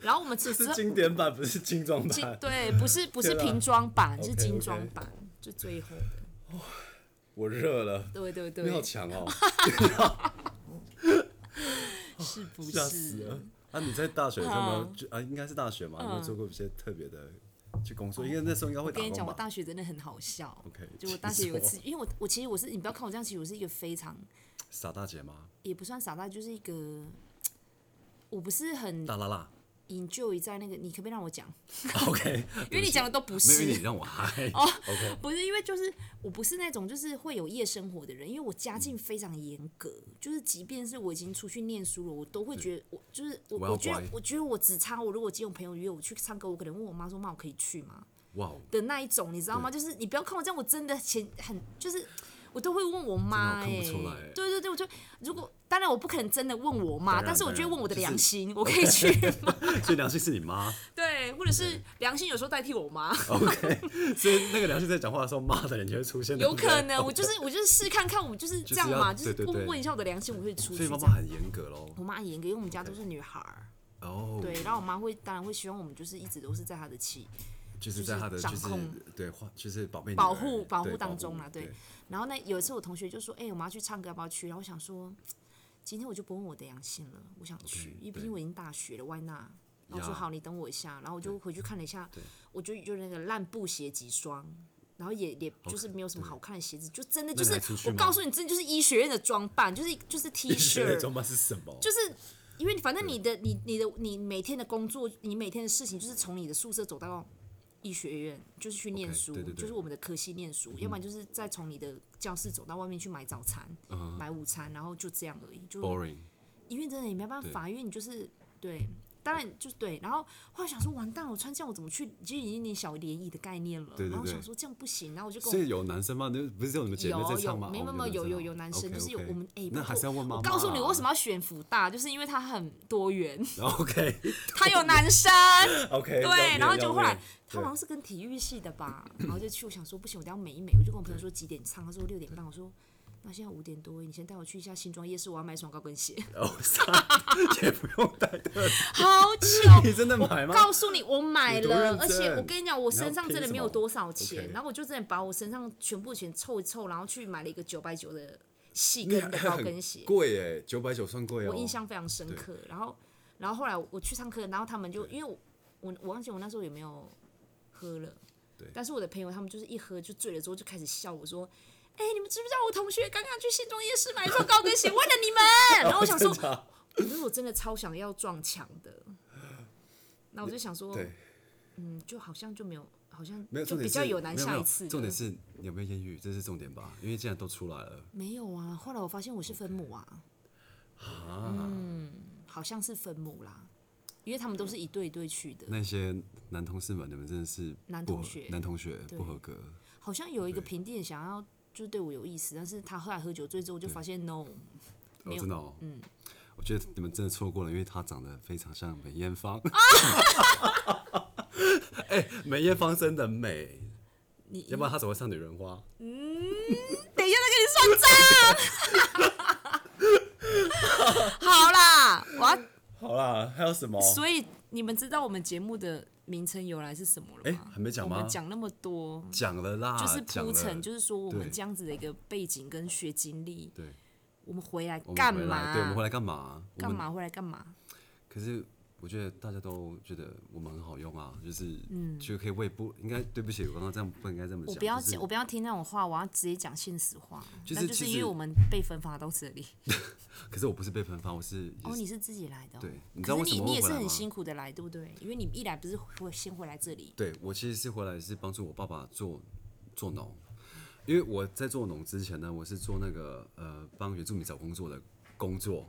B: 然后我们只
A: [LAUGHS]
B: 是
A: 是经典版，不是精装
B: 精
A: 版。
B: 对，不是不是
A: 对啦
B: 瓶装版，是
A: OK，
B: 精
A: OK
B: 装版，就最后的。
A: 我热了，
B: 对对
A: 你好
B: 对，
A: 强哦，
B: 是不
A: 吓死
B: 是？
A: 了！ [LAUGHS] 啊，你在大学有没有
B: 嗯
A: 就啊？应该是大学嘛，有没有做过一些特别的去工作？因为那时候应该会打
B: 跟你嗯哦讲，我
A: 工吧？
B: 大学真的很好笑。
A: OK，
B: 就我
A: 请
B: 大学有一
A: 说
B: 次，因为我我其实我是你不要看我这样，其实我是一个非常
A: 傻大姐吗？
B: 也不算傻大，就是一个我不是很
A: 大啦
B: [LAUGHS]
A: 啦
B: enjoy 在那个，你可不可以让我讲？
A: ，OK，
B: 因为你讲的都不
A: 没有因为
B: 是 [LAUGHS] 哦
A: 你。让我嗨。 [LAUGHS]
B: 不是因为就是我不是那种就是会有夜生活的人，因为我家境非常严格，就是即便是我已经出去念书了，我都会觉得我就是我
A: 嗯我要
B: 我觉得
A: 乖
B: 我觉得我只差我如果今天有朋友约我去唱歌，我可能问我妈说妈我可以去吗
A: 哇哦，
B: 的那一种，你知道吗？就是你不要看我这样，我真的很很就是。我都会问我妈、
A: 真的我看不
B: 欸，
A: 出来欸
B: 对对对，我就如果当然我不可能真的问我妈，
A: 当然
B: 但是我就会
A: 当然
B: 问我的
A: 就是 [LAUGHS]
B: 良心，我可以去吗？
A: 所以良心是你妈
B: [LAUGHS] 对，或者是良心有时候代替我妈，
A: 哦，OK？所以那个良心在讲话的时候，骂的人就会出现，对
B: 有
A: 不对哦
B: 可能，
A: [LAUGHS]
B: 我就是我就是试看看，我就是这样嘛，
A: 就是
B: 就是
A: 要对对对
B: 问问一下我的良心，我会出
A: 所
B: 去
A: 以
B: 这
A: 妈妈
B: 样。
A: 很严格喽。
B: 我妈严格，因为我们家都是女孩儿，
A: 哦，
B: 对，然后我妈会当然会希望我们就是一直都是在她的气，
A: 就是在她的
B: 掌
A: 就是
B: 控
A: 对话就是宝贝女
B: 保
A: 儿
B: 护
A: 对
B: 保
A: 保
B: 护当中啦对
A: [LAUGHS] 对，
B: 然后呢，有一次我同学就说：“哎、我们要去唱歌，要不要去？”然后我想说，今天我就不问我的良心了，我想去
A: OK，
B: 因为毕
A: 对
B: 竟我已经大学了，Why not？然后说
A: 呀
B: 好，你等我一下，然后我就回去看了一下，我就就那个烂布鞋几双，然后也也就是没有什么好看的鞋子，就真的就
A: 那你还
B: 是
A: 出去
B: 我
A: 吗
B: 告诉你，真的就是医学院的装扮，就是就是 T
A: 你学的
B: 恤，
A: 装扮是什么？
B: 就是因为反正你的你你的你每天的工作，你每天的事情就是从你的宿舍走到医学院，就是去念
A: OK，
B: 书
A: 对对对
B: 就是我们的科系念书，要不然就是再从你的教室走到外面去买早餐、买午餐，然后就这样而已。就
A: 嗯 boring。
B: 因为真的也没办法，因为你就是对。当然就对，然后后来想说，完蛋了，我穿这样我怎么去？就已经有点小联谊的概念了。
A: 对对
B: 然后
A: 对
B: 想说这样不行，然后我就跟我
A: 所以有男生吗？那不是有你们姐妹在
B: 有有
A: 唱吗？
B: 没有
A: 哦
B: 没有有有有男生，就是有我们哎，
A: 那
B: 不
A: 还是要问妈啊
B: 我
A: 妈。
B: 告诉你，
A: [LAUGHS]
B: 为什么要选福大，就是因为它很多元，
A: ？OK
B: [LAUGHS] 它有男生，
A: OK。
B: 对，然后就后来他
A: 对
B: 好像是跟体育系的吧，然后就去，我想说不行，我一定要美一美，我就跟我朋友说几点唱，他说六点半，我说。那现在五点多，你先带我去一下新庄夜市，我要买一双高跟鞋。
A: [LAUGHS] 哦，傻
B: [LAUGHS]
A: 也不用带 [LAUGHS] 的，
B: 好巧，
A: 你真的买吗？
B: 告诉你，我买
A: 你多
B: 了，
A: 认
B: 而且
A: 真
B: 我跟你讲，我
A: 你要
B: 身上
A: 拼
B: 真的
A: 什
B: 没有
A: 么
B: 多少钱， [LAUGHS]
A: OK
B: 然后我就真的把我身上全部的钱凑一凑，然后去买了一个九百九的细
A: 那
B: 跟的高跟鞋
A: 很。贵哎，九百九算贵哦。
B: 我印象 [LAUGHS] 非常深刻。然后，然后后来我去上课，然后他们就因为我我我忘记我那时候有没有喝了，
A: 对
B: 但是我的朋友他们就是一喝就醉了之后就开始笑我说。哎、你们知不知道我同学刚刚去新庄夜市买一双高跟鞋，为了你们。
A: [LAUGHS]
B: 然后我想
A: 哦
B: 说，
A: 啊
B: 可是我真的超想要撞墙的。那我就想说，
A: 对，
B: 嗯，就好像就没有，好像
A: 没有
B: 就
A: 重
B: 比
A: 点
B: 较
A: 是
B: 有难
A: 没
B: 下
A: 没
B: 一次了。
A: 重点是你有没有艳遇，这是重点吧？因为既然都出来了
B: 没有啊，后来我发现我是分母啊。嗯
A: 啊，
B: 好像是分母啦，因为他们都是一对一对去的。
A: 那些男同事们，你们真的是
B: 男
A: 不
B: 同
A: 合
B: 学
A: 男同学
B: 对
A: 不合格。
B: 好像有一个平地想要就对我有意思，但是他后来喝酒醉之后就发现 no，
A: 哦
B: 没，有
A: 真的哦，嗯，我觉得你们真的错过了，因为她长得非常像梅艳
B: [LAUGHS]
A: 芳。 [LAUGHS] 哎、梅艳芳真的美，
B: 你
A: 要不然她怎么会唱《女人花
B: 等一下再跟你算账。 [LAUGHS] 好啦，我要，》？
A: [LAUGHS] 好啦，还有什么？
B: 所以你们知道我们节目的名称由来是什么了
A: 哎、
B: 吗？
A: 还没讲
B: 我
A: 吗
B: 们？讲那么多，
A: 讲了啦，
B: 就是
A: 讲
B: 铺
A: 了
B: 陈，就是说我们
A: 对
B: 这样子的一个背景跟学经历，
A: 对。
B: 我们回来
A: 我们
B: 干
A: 回来
B: 嘛？
A: 对，我们回来干嘛？我
B: 干
A: 们？
B: 嘛？回来干嘛？
A: 可是我觉得大家都觉得我们很好用啊，就是嗯，就可以为不应该对不起，我刚刚这样不应该这么讲。
B: 我不要
A: 就是
B: 讲，我不要听那种话，我要直接讲现实话。
A: 就是
B: 但就是
A: 其
B: 因为
A: 实
B: 我们被分发到这里。
A: 可是我不是被喷发，我是
B: 哦，你是自己来的哦、
A: 对你知
B: 可
A: 道为
B: 是你
A: 什么
B: 你
A: 会
B: 也
A: 回
B: 是
A: 来
B: 很
A: 吗
B: 辛苦的来，对不对？因为你一来不是会先回来这里，
A: 对我其实是回来是帮助我爸爸做做农，因为我在做农之前呢，我是做那个呃帮原住民找工作的工作，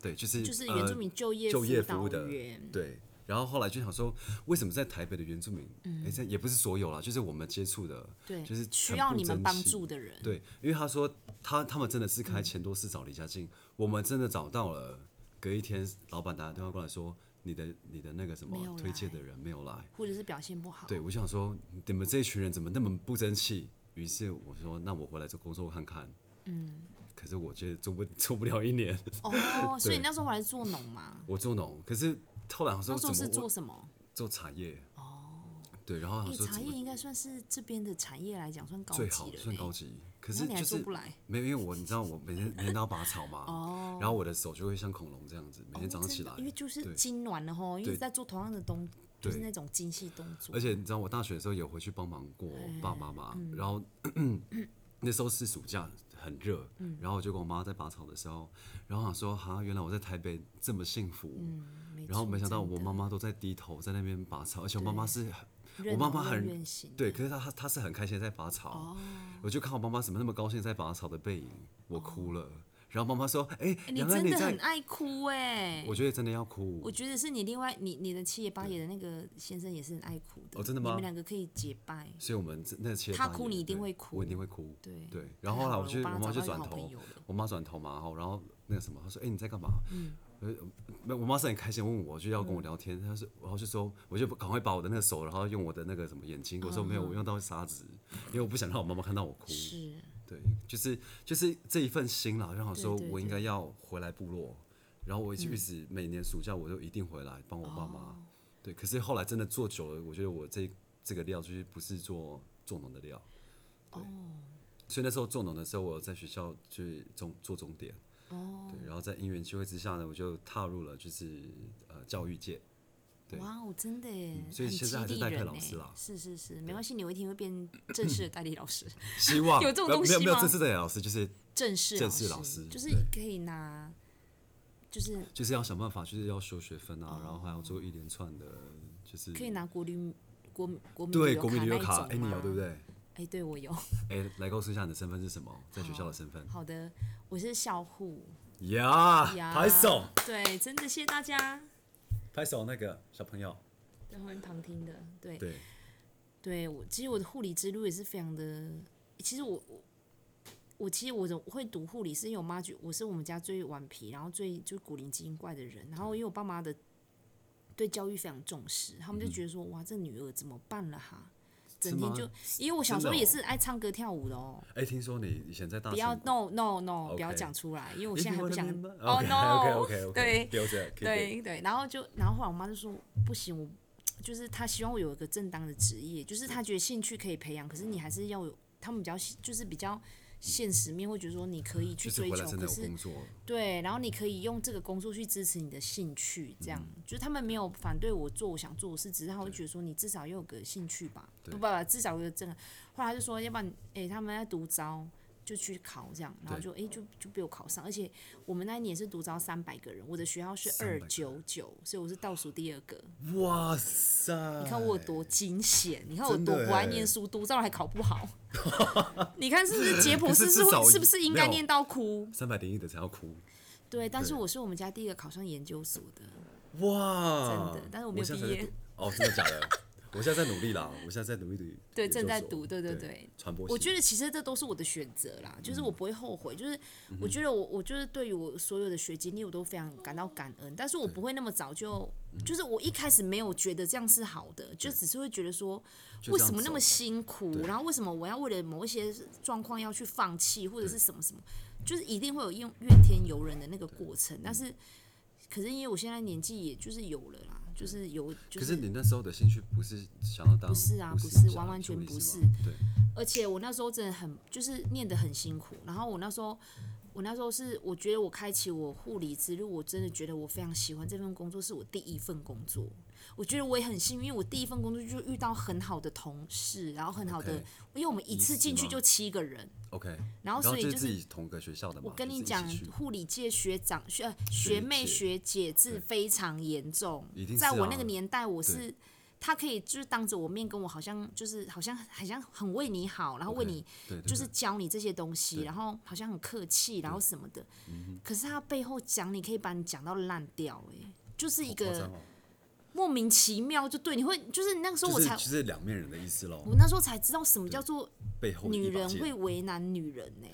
A: 对，就是
B: 就是原住
A: 呃
B: 民就业
A: 就业
B: 辅
A: 服务
B: 导
A: 的
B: 员，
A: 对，然后后来就想说，为什么在台北的原住民，哎、这也不是所有啦，就是我们接触的，
B: 嗯对，
A: 就是
B: 需
A: 很
B: 要
A: 不
B: 你们
A: 争
B: 帮
A: 气
B: 助的嗯人，
A: 对，因为他说他他们真的是开钱多事少离家近，我们真的找到了，隔一天老板打电话过来说，你的你的那个什
B: 没有
A: 么推荐
B: 来
A: 的人没有来，
B: 或者是表现不好，
A: 对我想说你们这一群人怎么那么不争气，于是我说那我回来做工作看看，嗯，可是我觉得做不做不了一年， [LAUGHS]
B: 哦， [LAUGHS] 所
A: 对
B: 以你那时候还是做农嘛？
A: 我做农，可是后来我说
B: 那时
A: 怎
B: 候
A: 么
B: 是
A: 我
B: 做什么？
A: 做茶叶哦，对，然后我
B: 哎、
A: 想说
B: 茶
A: 怎
B: 叶
A: 么
B: 应该算是这边的产业来讲算高级
A: 最
B: 了
A: 好
B: 呢，
A: 算高级，可
B: 然
A: 是
B: 后你还
A: 就
B: 做
A: 是
B: 不来，
A: 没有，因为我你知道我每天每天都要拔草
B: [LAUGHS]
A: 嘛，然后我的手就会像恐龙这样子，每
B: 哦
A: 天早上
B: 真
A: 起
B: 的
A: 来，
B: 因为就是
A: 对
B: 痉挛了吼，因为
A: 对
B: 在做同样的东，就是
A: 对
B: 那种精细动作，
A: 而且你知道我大学的时候有回去帮忙过
B: 哎
A: 我爸妈嘛，
B: 嗯
A: 然后那时候是暑假，很热，
B: 嗯
A: 然后我就跟我妈在拔草的时候，然后想说哈，原来我在台北这么幸福，
B: 嗯没
A: 然后
B: 错
A: 没想到
B: 真
A: 我
B: 的
A: 妈妈都在低头在那边拔草，而且我妈妈是很
B: 任
A: 我妈
B: 劳
A: 妈
B: 任
A: 很
B: 怨型
A: 对，
B: 的
A: 可是她她她是很开心地在拔草，
B: 哦
A: 我就看我妈妈怎么那么高兴在拔草的背影，我哭了。然后妈妈说：“哎、
B: 哦哎你
A: 杨安
B: 真的
A: 在
B: 很爱哭哎、
A: 我觉得真的要哭。
B: 我觉得是你另外你你的七爷八爷的那个先生也是很爱哭的，
A: 哦真的吗
B: 你们两个可以结拜，
A: 所以我们这那期的
B: 他
A: 发
B: 哭
A: 言
B: 你一定
A: 对
B: 会哭
A: 我一定会哭。
B: 对
A: 对，然后
B: 太
A: 后来
B: 好
A: 我
B: 了
A: 就
B: 我帮
A: 我
B: 他
A: 妈
B: 找
A: 就
B: 到一个
A: 转
B: 好朋
A: 头
B: 友了，
A: 我妈转头嘛，然后然后那个什么，她说：“哎、你在干嘛？”嗯，呃，我妈是很开心问我，就要跟我
B: 嗯
A: 聊天。她说，然后就说，我就赶快把我的那个手，然后用我的那个什么眼睛，我说没有，我用到砂纸，因为我不想让我妈妈看到我哭。
B: 嗯是
A: 对，就是就是这一份心啦，让我说
B: 对对嗯
A: 我应该要回来部落，然后我一直一直每年暑假我就一定回来帮我爸妈。
B: 哦
A: 对，可是后来真的做久了，我觉得我这这个料就是不是做做农的料。
B: 哦
A: 所以那时候做农的时候，我有在学校去中做钟点，
B: 哦，
A: 对，然后在因缘机会之下呢，我就踏入了就是呃教育界。对嗯
B: 哇哦，真的耶，
A: 所以
B: 很
A: 现在
B: 激
A: 还是
B: 励
A: 代课
B: 人
A: 老师
B: 哎
A: 啦
B: 是是是，没关系，你有一天会变正式的代理老师，
A: 希望
B: [LAUGHS] 有这种
A: 没
B: 东
A: 没有
B: 西
A: 没有
B: 吗
A: 这次的老师就是
B: 正式
A: 正式老
B: 师
A: 师
B: 就是
A: 对
B: 可以拿，就是
A: 就是要想办法，就是要修学分啊，然后还要做一连串的，就是
B: 哦可以拿国旅国国民
A: 对
B: 旅游
A: 国民旅游
B: 卡
A: 卡，
B: 那
A: 哎、
B: 一种
A: 你有
B: 吗
A: 对不？对？
B: 哎，对我有。
A: 哎、来告诉一下你的身份是什么，在学校的身份。
B: 好的，我是校护
A: 呀
B: 呀，
A: 拍手，
B: 对，真的谢谢大家，
A: 拍手，那个小朋友。
B: 在后面旁听的，对
A: 对，
B: 对我其实我的护理之路也是非常的，其实我我我其实我的会读护理是因为我妈觉我是我们家最顽皮，然后最就古灵精怪的人，然后因为我爸妈的对教育非常重视，他
A: 嗯
B: 们就觉得说、哇这女儿怎么办了哈，整
A: 是
B: 天
A: 吗
B: 就因为我小时
A: 真
B: 候
A: 的哦
B: 也是爱唱歌跳舞的哦，
A: 哎、听说你以前在大哎
B: 不
A: 不
B: 要 no no no 不要
A: OK
B: 讲出来，因为我现在还不想哦
A: OK OK
B: no
A: OK OK，
B: 对
A: 留着。keep it
B: 对对，然后就，然后后来我妈就说不行，我就是她希望我有一个正当的职业，就是她觉得兴趣可以培养，可是你还是要有，他们比较就是比较现实面，会觉得说你可以去
A: 就是
B: 追
A: 回
B: 求，
A: 来真的
B: 可
A: 有
B: 是
A: 工作了。
B: 对，然后你可以用这个工作去支持你的兴趣，这样、
A: 嗯
B: 就是他们没有反对我做我想做的事，只是他会觉得说你至少要有个兴趣吧，不
A: 对
B: 不不，至少有个正。后来他就说，要不然诶、他们在读招就去考这样，然后
A: 对
B: 就诶、就就被我考上，而且我们那一年是读招三百个人，我的学校是
A: 300个
B: 二
A: 人
B: 九九，所以我是倒数第二个。
A: 哇塞！
B: 你看我有多惊险，你看我
A: 哎真
B: 多
A: 的
B: 不爱
A: 欸
B: 念书，读招还考不
A: [LAUGHS]
B: 好，你看是不是解
A: 可
B: 剖
A: 是
B: 师
A: 至
B: 是
A: 少
B: 会是不是应该
A: 没有
B: 念到哭？
A: 三百零一的才要哭。
B: 对，但是
A: 对
B: 我是我们家第一个考上研究所的。
A: 哇！
B: 真的但是我没有
A: 现在在
B: 毕业
A: 读。哦，真的假
B: [LAUGHS]
A: 的？我现在在努力啦，我现在在努力读。
B: 对
A: 研究
B: 正在
A: 所
B: 读对对
A: 对嗯
B: 对。
A: 传播系。
B: 我觉得其实这都是我的选择啦，就是我不会后悔，就是
A: 嗯
B: 我觉得我我就是对于我所有的学经历，我都非常感到感恩，但是我不会那么早就，
A: 嗯
B: 就是我一开始没有觉得这样是好的，就只是会觉得说
A: 就
B: 为
A: 这
B: 什
A: 样
B: 么那么
A: 走
B: 辛苦，
A: 对
B: 然后为什么我要为了某一些状况要去放弃或者是什么什么，就是一定会有怨怨天尤人的那个过程，但是可是因为我现在年纪也就是有了啦，就是有就
A: 可是你那时候的兴趣不是想要当？不
B: 是啊不是
A: 想要
B: 完完
A: 修
B: 全
A: 理
B: 不
A: 师
B: 是
A: 吗对。
B: 而且我那时候真的很就是念得很辛苦，然后我那时候。我那时候是，我觉得我开启我护理之路，我真的觉得我非常喜欢这份工作，是我第一份工作。我觉得我也很幸运，因为我第一份工作就遇到很好的同事，然后很好的
A: OK
B: 因为我们一次
A: 医师
B: 进去
A: 吗
B: 就七个人，
A: OK，
B: 然后所以
A: 就
B: 就是
A: 自
B: 是
A: 己同个学校的嘛。
B: 我跟
A: 就
B: 你
A: 是一起
B: 讲
A: 去，
B: 护理界学长、学呃学妹、
A: 姐
B: 学姐制
A: 对
B: 非常严重
A: 一定，是
B: 在
A: 啊
B: 我那个年代，我
A: 对
B: 是他可以就是当着我面跟我好像就是好像好像很为你好，然后为
A: OK，
B: 你
A: 对对
B: 就是
A: 对
B: 教你这些东西，
A: 对嗯
B: 然后好像很客气，然后什么的。可是他背后讲你可以把你讲到烂掉、欸，就是一
A: 好夸
B: 个
A: 张哦
B: 莫名其妙就对你会，就是那个时候我
A: 就是
B: 才。
A: 就是两面人的意思喽，
B: 我那时候才知道什么叫做
A: 背后
B: 女
A: 一把
B: 人
A: 剑嗯
B: 会为难女人呢、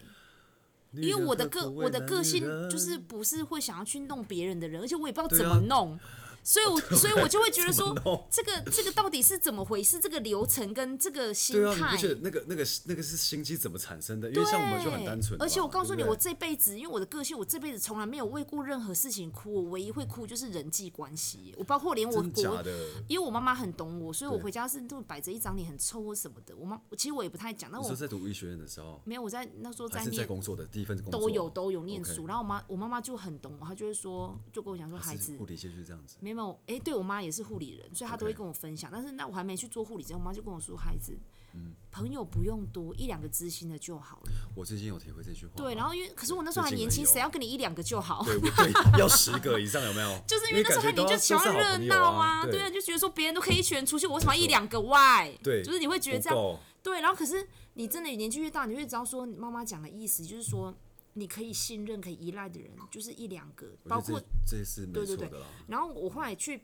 A: 女
B: 因为
A: 人
B: 我的
A: 何
B: 个
A: 苦
B: 我
A: 为
B: 的
A: 难
B: 个
A: 女
B: 性
A: 人
B: 就是不是会想要去弄别人的人，而且我也不知道
A: 对
B: 怎
A: 啊哦
B: 么弄，所以我所以我就会觉得
A: 怎
B: 说
A: 么弄，
B: 这个这个到底是怎么回事？这个流程跟这个心
A: 对啊，你
B: 态
A: 不，觉得那个那个那个是心机怎么产生的？因为
B: 对，
A: 像我们就很单纯吧，
B: 而且我告诉你，
A: 对不
B: 我
A: 对
B: 这辈子因为我的个性，我这辈子从来没有为过任何事情哭，我唯一会哭就是人际关系，我包括连我
A: 真的
B: 国
A: 假的？
B: 因为我妈妈很懂我，所以我
A: 对
B: 回家是都摆着一张脸很臭或什么的。我妈，其实我也不太讲，但
A: 你
B: 我
A: 说在读医学院的时候，
B: 没有我在那时候
A: 还
B: 在
A: 是在
B: 念
A: 工作的第一份工作
B: 都有都有念
A: OK
B: 书。然后我妈我妈妈就很懂我，她就会说，就跟我讲说，孩
A: 还啊是
B: 子
A: 护理系就是这样子，
B: 没有哎、诶对我妈也是护理人，所以她都会
A: OK
B: 跟我分享。但是那我还没去做护理之前，我妈就跟我说，孩子，
A: 嗯
B: 朋友不用多，一两个知心的就好了。
A: 我最近有体会这句话。
B: 对，然后因为可是我那时候还
A: 最近
B: 年
A: 而已
B: 轻，
A: 哦
B: 谁要跟你一两个就好？ [LAUGHS]
A: 对我对要十个以上有没有？
B: 就是因
A: 因
B: 为那时候还
A: 感觉
B: 你就
A: 都
B: 喜欢
A: 都是好
B: 热
A: 朋友
B: 闹
A: 啊，嗯
B: 对啊，，就觉得说别人都可以一群人出去，我为什么要一两个 why？
A: 对
B: 就是你会觉得
A: 不
B: 这样
A: 够
B: 对，然后可是你真的年纪越大，你会知道说你妈妈讲的意思，就是说你可以信任、可以依赖的人就是一两个，
A: 我觉得
B: 包括
A: 这这是没
B: 对对
A: 错
B: 对
A: 的啦。
B: 然后我后来去，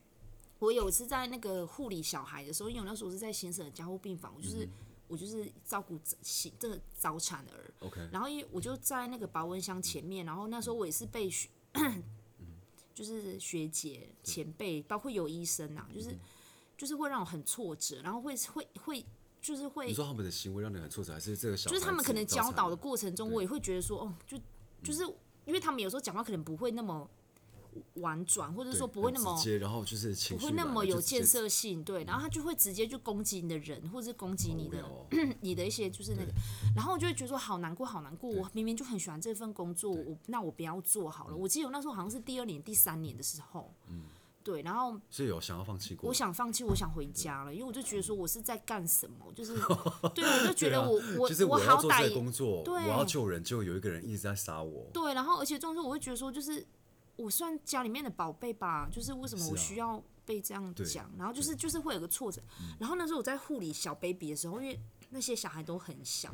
B: 我有一次在那个护理小孩的时候，因为我那时候是在新生的加护病房，我
A: 嗯
B: 就是、我就是照顾新这个早产儿，
A: OK，
B: 然后因为我就在那个保温箱前面，然后那时候我也是被学，就是学姐前辈，包括有医生呐、
A: 嗯
B: 就是就是会让我很挫折，然后会会会就是会
A: 你说他们的行为让你很挫折，还是这个小
B: 就是他
A: 孩
B: 们
A: 子
B: 可能
A: 造
B: 教
A: 成
B: 导的过程中，
A: 对嗯
B: 我也会觉得说，哦，就就是因为他们有时候讲话可能不会那么婉转，或者
A: 对
B: 说不会
A: 很
B: 那么
A: 直接，然后就是情
B: 不
A: 绪
B: 会那
A: 来
B: 么
A: 了就
B: 有
A: 直接
B: 建设性，对，然后他就会直接就攻击你的人，或者是攻击
A: 好
B: 你
A: 无
B: 的
A: 聊哦
B: 你的一些就是那个，然后我就会觉得说好难过，好难过，我明明就很喜欢这份工作，我那我不要做好
A: 嗯
B: 了。我记得我那时候好像是第二年、第三年的时候，对，然后
A: 是有想要放弃过
B: 我
A: 吗，
B: 想放弃，我想回家了，因为我就觉得说我是在干什
A: [LAUGHS]
B: 么，就是对，我就觉得我我
A: 啊就是
B: 我
A: 要
B: 好
A: 做
B: 歹
A: 这个
B: 也
A: 工作，我
B: 对
A: 要救人，就有一个人一直在杀我。
B: 对，然后而且重点是，我会觉得说，就是我算家里面的宝贝吧，就是为什么
A: 是
B: 我
A: 啊
B: 需要被这样
A: 对嗯
B: 讲？然后就是就是会有个挫折。然后那时候我在护理小 baby 的时候，因为那些小孩都很小，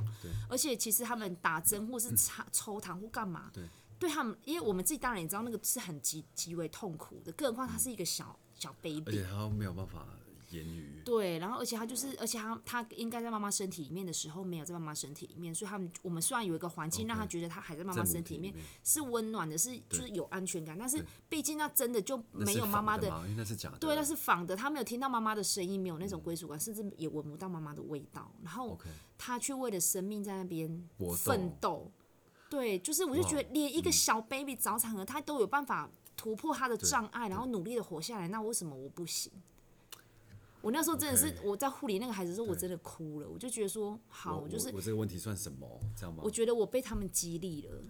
B: 而且其实他们打针或是插抽痰或干嘛，
A: 嗯对
B: 他们，因为我们自己当然也知道那个是很极极为痛苦的，更何况他是一个小小
A: 嗯而
B: baby，
A: 且他没有办法言语，
B: 对，然后而且他就是，而且他他应该在妈妈身体里面的时候没有在妈妈身体里面，所以他们我们虽然有一个环境让他
A: OK
B: 觉得他还在妈
A: 在
B: 妈
A: 母
B: 身
A: 体
B: 体里面
A: 面
B: 是温暖的，是就是有安全感，但是毕竟那真的就
A: 那
B: 没
A: 是
B: 有妈
A: 仿
B: 妈
A: 的
B: 的，
A: 吗，因为那是假的。
B: 对，那是仿的，他没有听到妈妈的声音，没有那种归属感，甚至也闻不到妈妈的味道，然后
A: 嗯 OK，
B: 他却为了生命在那边
A: 搏嗯
B: 奋斗，对，就是我就觉得连一个小 baby 早产儿他都有办法突破他的障碍，然后努力的活下来，那为什么我不行？我那时候真的是
A: OK
B: 我在护理那个孩子的时候，我
A: 对
B: 真的哭了，我就觉得说好，
A: 我
B: 就是
A: 我我这个问题算什么？这样吗？
B: 我觉得我被他们激励了，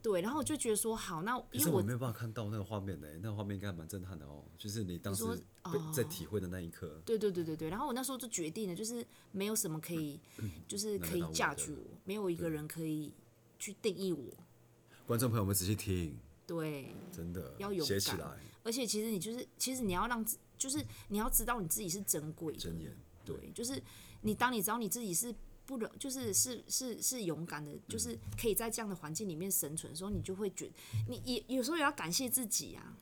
B: 对，然后我就觉得说好，那
A: 可
B: 因
A: 是
B: 为
A: 我
B: 我
A: 没有办法看到那个画面呢、那个画面应该还蛮震撼的哦。就是你当时
B: 说哦
A: 被在体会的那一刻，
B: 对对对对对，然后我那时候就决定了，就是没有什么可以， [CLEARS THROAT] 就是
A: 嗯那
B: 可以
A: 到我
B: 嫁
A: 的
B: 娶我，没有一个人可以去定义我，
A: 观众朋友们仔细听，
B: 对，
A: 真的
B: 要勇
A: 写起
B: 敢
A: 来，
B: 而且其实你就是，其实你要让自，就是你要知道你自己是珍贵的，
A: 睁眼对
B: 对，就是你当你知道你自己是不容，就是是是是勇敢的，
A: 嗯
B: 就是可以在这样的环境里面生存的时候，你就会觉得，你也有时候也要感谢自己啊。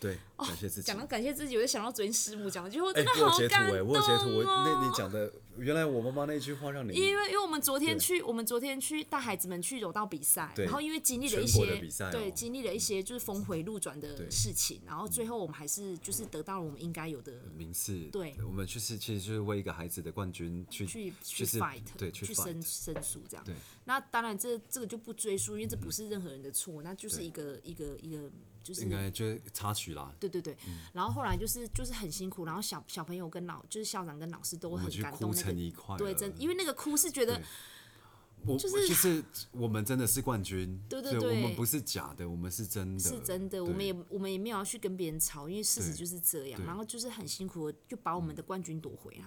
A: 对，感谢自己
B: 讲。到感谢自己，我就想到昨天师母讲的，就我
A: 哎、
B: 真的
A: 我有
B: 好
A: 截图
B: 感
A: 哎、
B: 动、哦
A: 我有截图，我那你讲的，原来我妈妈那句话让你
B: 因为因为我们昨天
A: 嗯对
B: 去，我们昨天去带孩子们去柔道比赛，
A: 对
B: 然后因为经历了一
A: 全国
B: 些
A: 的比赛哦
B: 对经历了一些就是峰回路转的
A: 对嗯
B: 事情，然后最后我们还是就是得到了我们应该有的
A: 名次，
B: 对
A: 我们就是其实就是为一个孩子的冠军去
B: 去去
A: 就是
B: fight，
A: 对，去 fight
B: 申申诉这样
A: 对。嗯
B: 那当然这这个就不追溯，因为这不是任何人的错，那就是
A: 对
B: 一个一个一个就是
A: 应该嗯就是插曲啦。
B: 对对对。然后后来就是就是很辛苦，然后小小朋友跟老就是校长跟老师都
A: 我
B: 很
A: 们去
B: 感动
A: 哭
B: 那
A: 成
B: 个。
A: 一块了，
B: 对，真因为那个哭是觉得
A: 对我
B: 就是
A: 就是我们真的是冠军，
B: [LAUGHS] 对对
A: 我
B: 对
A: 们不是假的，我们是真的，
B: 是真的，
A: 对
B: 我们也我们也没有要去跟别人吵，因为事实
A: 对
B: 就是这样。
A: 对嗯
B: 然后就是很辛苦，就把我们的冠军夺回来。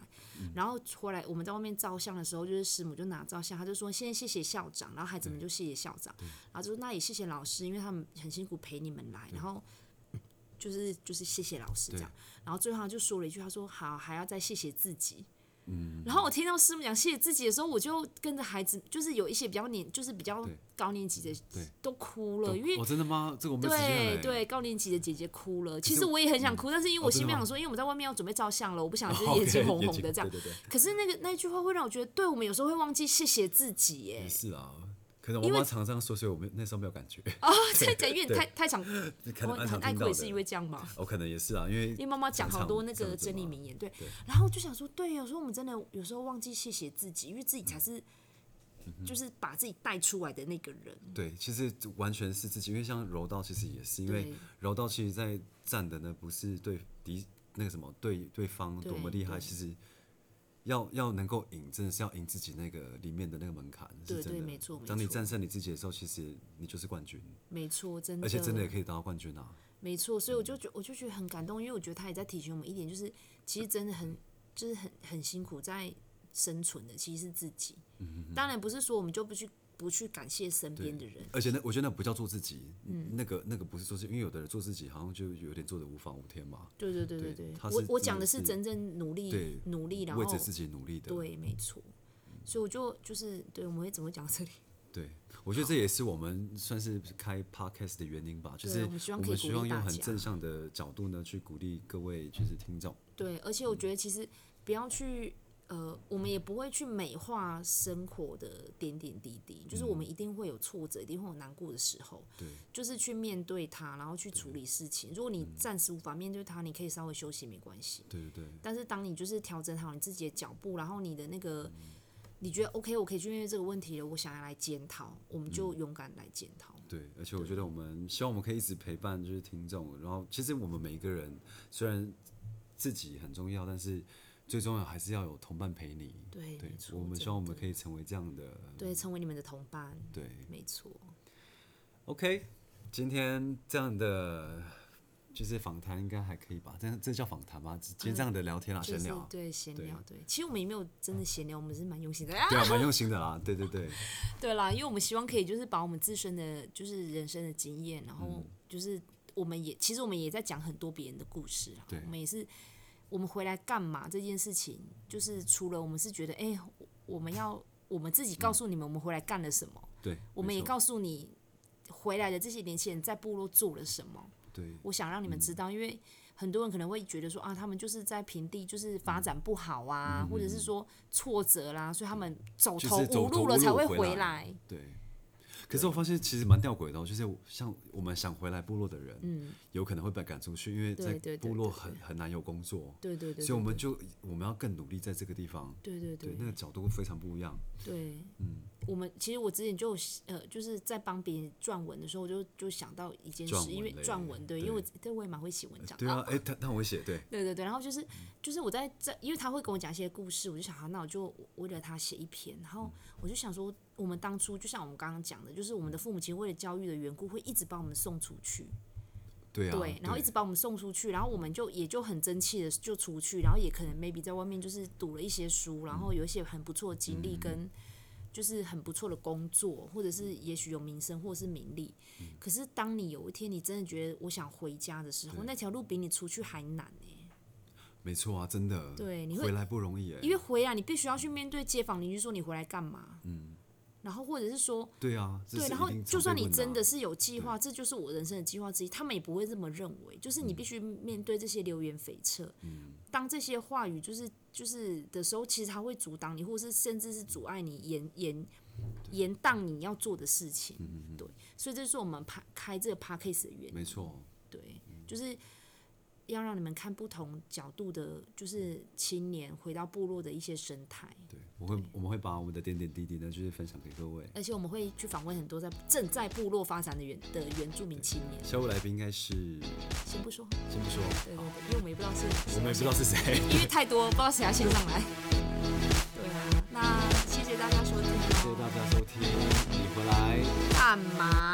B: 然后回来我们在外面照相的时候，就是师母就拿照相，他就说先谢谢校长，然后孩子们就谢谢校长，然后就说那也谢谢老师，因为他们很辛苦陪你们来，然后。就是就是谢谢老师这样。然后最后他就说了一句，他说好还要再谢谢自己。嗯，然后我听到师母讲谢谢自己的时候，我就跟着孩子，就是有一些比较年，就是比较
A: 对
B: 高年级的
A: 对
B: 都哭了，因为
A: 哦，真的吗？这个我没有时间了
B: 对
A: 欸 [LAUGHS]
B: 对，高年级的姐姐哭了。其
A: 是
B: 实我也很想哭，但是因为我
A: 哦真的
B: 心里面
A: 吗
B: 想说，因为我们在外面要准备照相了，我
A: [LAUGHS]
B: 不想就是
A: 哦
B: 眼
A: OK，
B: 睛红
A: 眼
B: 红的这样。
A: 对对
B: 可是那个那句话会让我觉得，对我们有时候会忘记谢谢自己耶
A: 对，。是啊。可能我
B: 因为
A: 妈常这样说，所以我没那时候没有感觉。
B: 哦，这这因为你
A: 对
B: 太太想，
A: 可
B: 我
A: 能蛮
B: 很
A: 常
B: 爱
A: 听
B: 哭
A: 到
B: 也是因为
A: 的。
B: 这
A: [LAUGHS]
B: 样嘛。
A: 哦，可能也是啊，因为
B: 因为妈妈讲好多那
A: 常常
B: 个
A: 这
B: 真
A: 样子
B: 理
A: 嘛
B: 名言，对，然后我就想说，对，有时候我们真的有时候忘记谢谢自己，因为自己
A: 嗯
B: 才是，就是把自己带出来的那个人。
A: 对，其实完全是自己，因为像柔道其实也是，因为
B: 对
A: 柔道其实在站的呢不是对敌那个什么对对方多么
B: 对
A: 厉害，
B: 对
A: 其实要要能够赢，真的是要赢自己那个里面的那个门槛，是
B: 对
A: 真
B: 对
A: 的。
B: 没错没
A: 当你
B: 错
A: 战胜你自己的时候，其实你就是冠军，
B: 没错，真的，
A: 而且真的也可以拿到冠军啊！
B: 没错，所以我就觉我就觉得很感动，因为我觉得他也在提醒我们一点，就是其实真的很就是很很辛苦在生存的，其实是自己。
A: 嗯
B: 当然不是说我们就不去不去感谢身边的人，
A: 而且那我觉得那不叫做自己，
B: 嗯
A: 那个那个不是做自己，因为有的人做自己好像就有点做的无法无天嘛，
B: 对对对对
A: 对
B: 对，
A: 他
B: 我
A: 是
B: 我
A: 真
B: 讲
A: 的
B: 的是
A: 是
B: 真正努力
A: 对
B: 努力，然后
A: 为着自己努力的。嗯
B: 对，没错。所以我就就是对，我们会怎么讲这里？
A: 对，我觉得这也是我们算是开 podcast 的原因吧，就
B: 对
A: 是
B: 我们希望可以
A: 们
B: 鼓
A: 希
B: 励
A: 望用
B: 大
A: 很
B: 家
A: 正向的角度呢，去鼓励各位就是听众。
B: 对，而
A: 嗯
B: 且我觉得其实不要去呃，我们也不会去美化生活的点点滴滴，就是
A: 嗯
B: 我们一定会有挫折，一定会有难过的时候，
A: 对，
B: 就是去面对它，然后去处理事情。如果
A: 嗯
B: 你暂时无法面对它，你可以稍微休息，没关系。
A: 对对对，
B: 但是当你就是调整好你自己的脚步，然后你的那个。
A: 嗯
B: 你觉得 OK，我可以去面对这个问题了。我想要来检讨，我
A: 嗯
B: 们就勇敢来检讨。
A: 对，而且我觉得我们希望我们可以一直陪伴就是听众，然后其实我们每一个人虽然自己很重要，但是最重要还是要有同伴陪你。
B: 对，
A: 对
B: 没，错
A: 我们
B: 真
A: 希望我们
B: 的
A: 可以成为这样的。
B: 对成为你们的同伴，
A: 对
B: 没错。
A: 啊，OK，今天这样的。就是访谈应该还可以吧，这这叫访谈吗？今天这样的聊天啊，
B: 嗯就
A: 闲
B: 是
A: 聊、
B: 对闲
A: 对嗯
B: 聊，对，其实我们也没有真的闲聊，我们是蛮用心的。啊、
A: 对啊，蛮用心的啦， [LAUGHS] 对对对，
B: 对啦，因为我们希望可以就是把我们自身的，就是人生的经验，然
A: 嗯
B: 后就是我们也其实我们也在讲很多别人的故事啦
A: 对，
B: 我们也是我们回来干嘛这件事情，就是除了我们是觉得哎、我我们要我们自己告诉你们我们回来干了什么，
A: 对，
B: 我们
A: 嗯
B: 也
A: 没错
B: 告诉你回来的这些年轻人在部落做了什么。
A: 对
B: 我想让你们
A: 嗯
B: 知道，因为很多人可能会觉得说啊，他们就是在平地就是发
A: 嗯
B: 展不好啊，或者是说挫折啦，所以他们走
A: 就是
B: 投
A: 走
B: 无
A: 投
B: 路
A: 无
B: 了才
A: 路
B: 会
A: 回
B: 回
A: 来
B: 来。
A: 对。可是我发现其实蛮吊诡的、哦，就是像我们想回来部落的人，嗯，有可能会被赶出去，因为
B: 对
A: 在
B: 对对
A: 部落
B: 对
A: 很很难有工作，
B: 对对对，
A: 所以我们就我们要更努力在这个地方。
B: 对对对
A: 对，嗯那个角度非常不一样。
B: 对，我们其实我之前就有呃，就是在帮别人撰文的时候，我就就想到一件
A: 撰
B: 事，因为
A: 文类
B: 撰文对，因为我
A: 对
B: 对我也蛮会写文章
A: 对啊，嗯哎、他他很会写，对，
B: 对对对，然后就是就是我在这，因为他会跟我讲一些故事，我就想好，那我就为了他写一篇。然
A: 嗯
B: 后我就想说，我们当初就像我们刚刚讲的，就是我们的父母亲为了教育的缘故，会一直把我们送出去，
A: 对啊，
B: 对，然后一直把我们送出去，然后我们就也就很争气的就出去，然后也可能 maybe 在外面就是读了一些书，然后有一些很不错的经历跟就是很不错的工作，或者是也许有名声或者是名利。可是当你有一天你真的觉得我想回家的时候，那条路比你出去还难呢、
A: 没错啊，真的，
B: 对你会
A: 回来不容易哎，
B: 因为回啊来你必须要去面对街坊邻居说你回来干嘛，嗯，然后或者是说
A: 对啊，这
B: 对，
A: 是
B: 然
A: 一
B: 后
A: 定
B: 就
A: 常
B: 算
A: 被
B: 你
A: 问
B: 真
A: 啊
B: 的是有计划，这就是我人生的计划之一，他们也不会这么认为，就是
A: 嗯
B: 你必须面对这些流言蜚谌，嗯，当这些话语就是就是的时候，其实它会阻挡你，或是甚至是阻碍你延延。延宕你要做的事情，对，所以这是我们拍开这个 p a c k a s e 的原因。
A: 嗯没错，
B: 对，就是要让你们看不同角度的，就是青年回到部落的一些生态。
A: 对，我会我们会把我们的点点滴滴呢，就是分享给各位。
B: 而且我们会去访问很多在正在部落发展的原的原住民青年，
A: 下一位来宾应该是
B: 先不说，
A: 先不说，
B: 对对对，因为我们也不知道是，
A: 我们也不知道是谁。
B: 因为太多，不知道谁要先上来。对啊，那谢谢大家收听哦，
A: 谢谢大家收听，你回来。
B: 干嘛？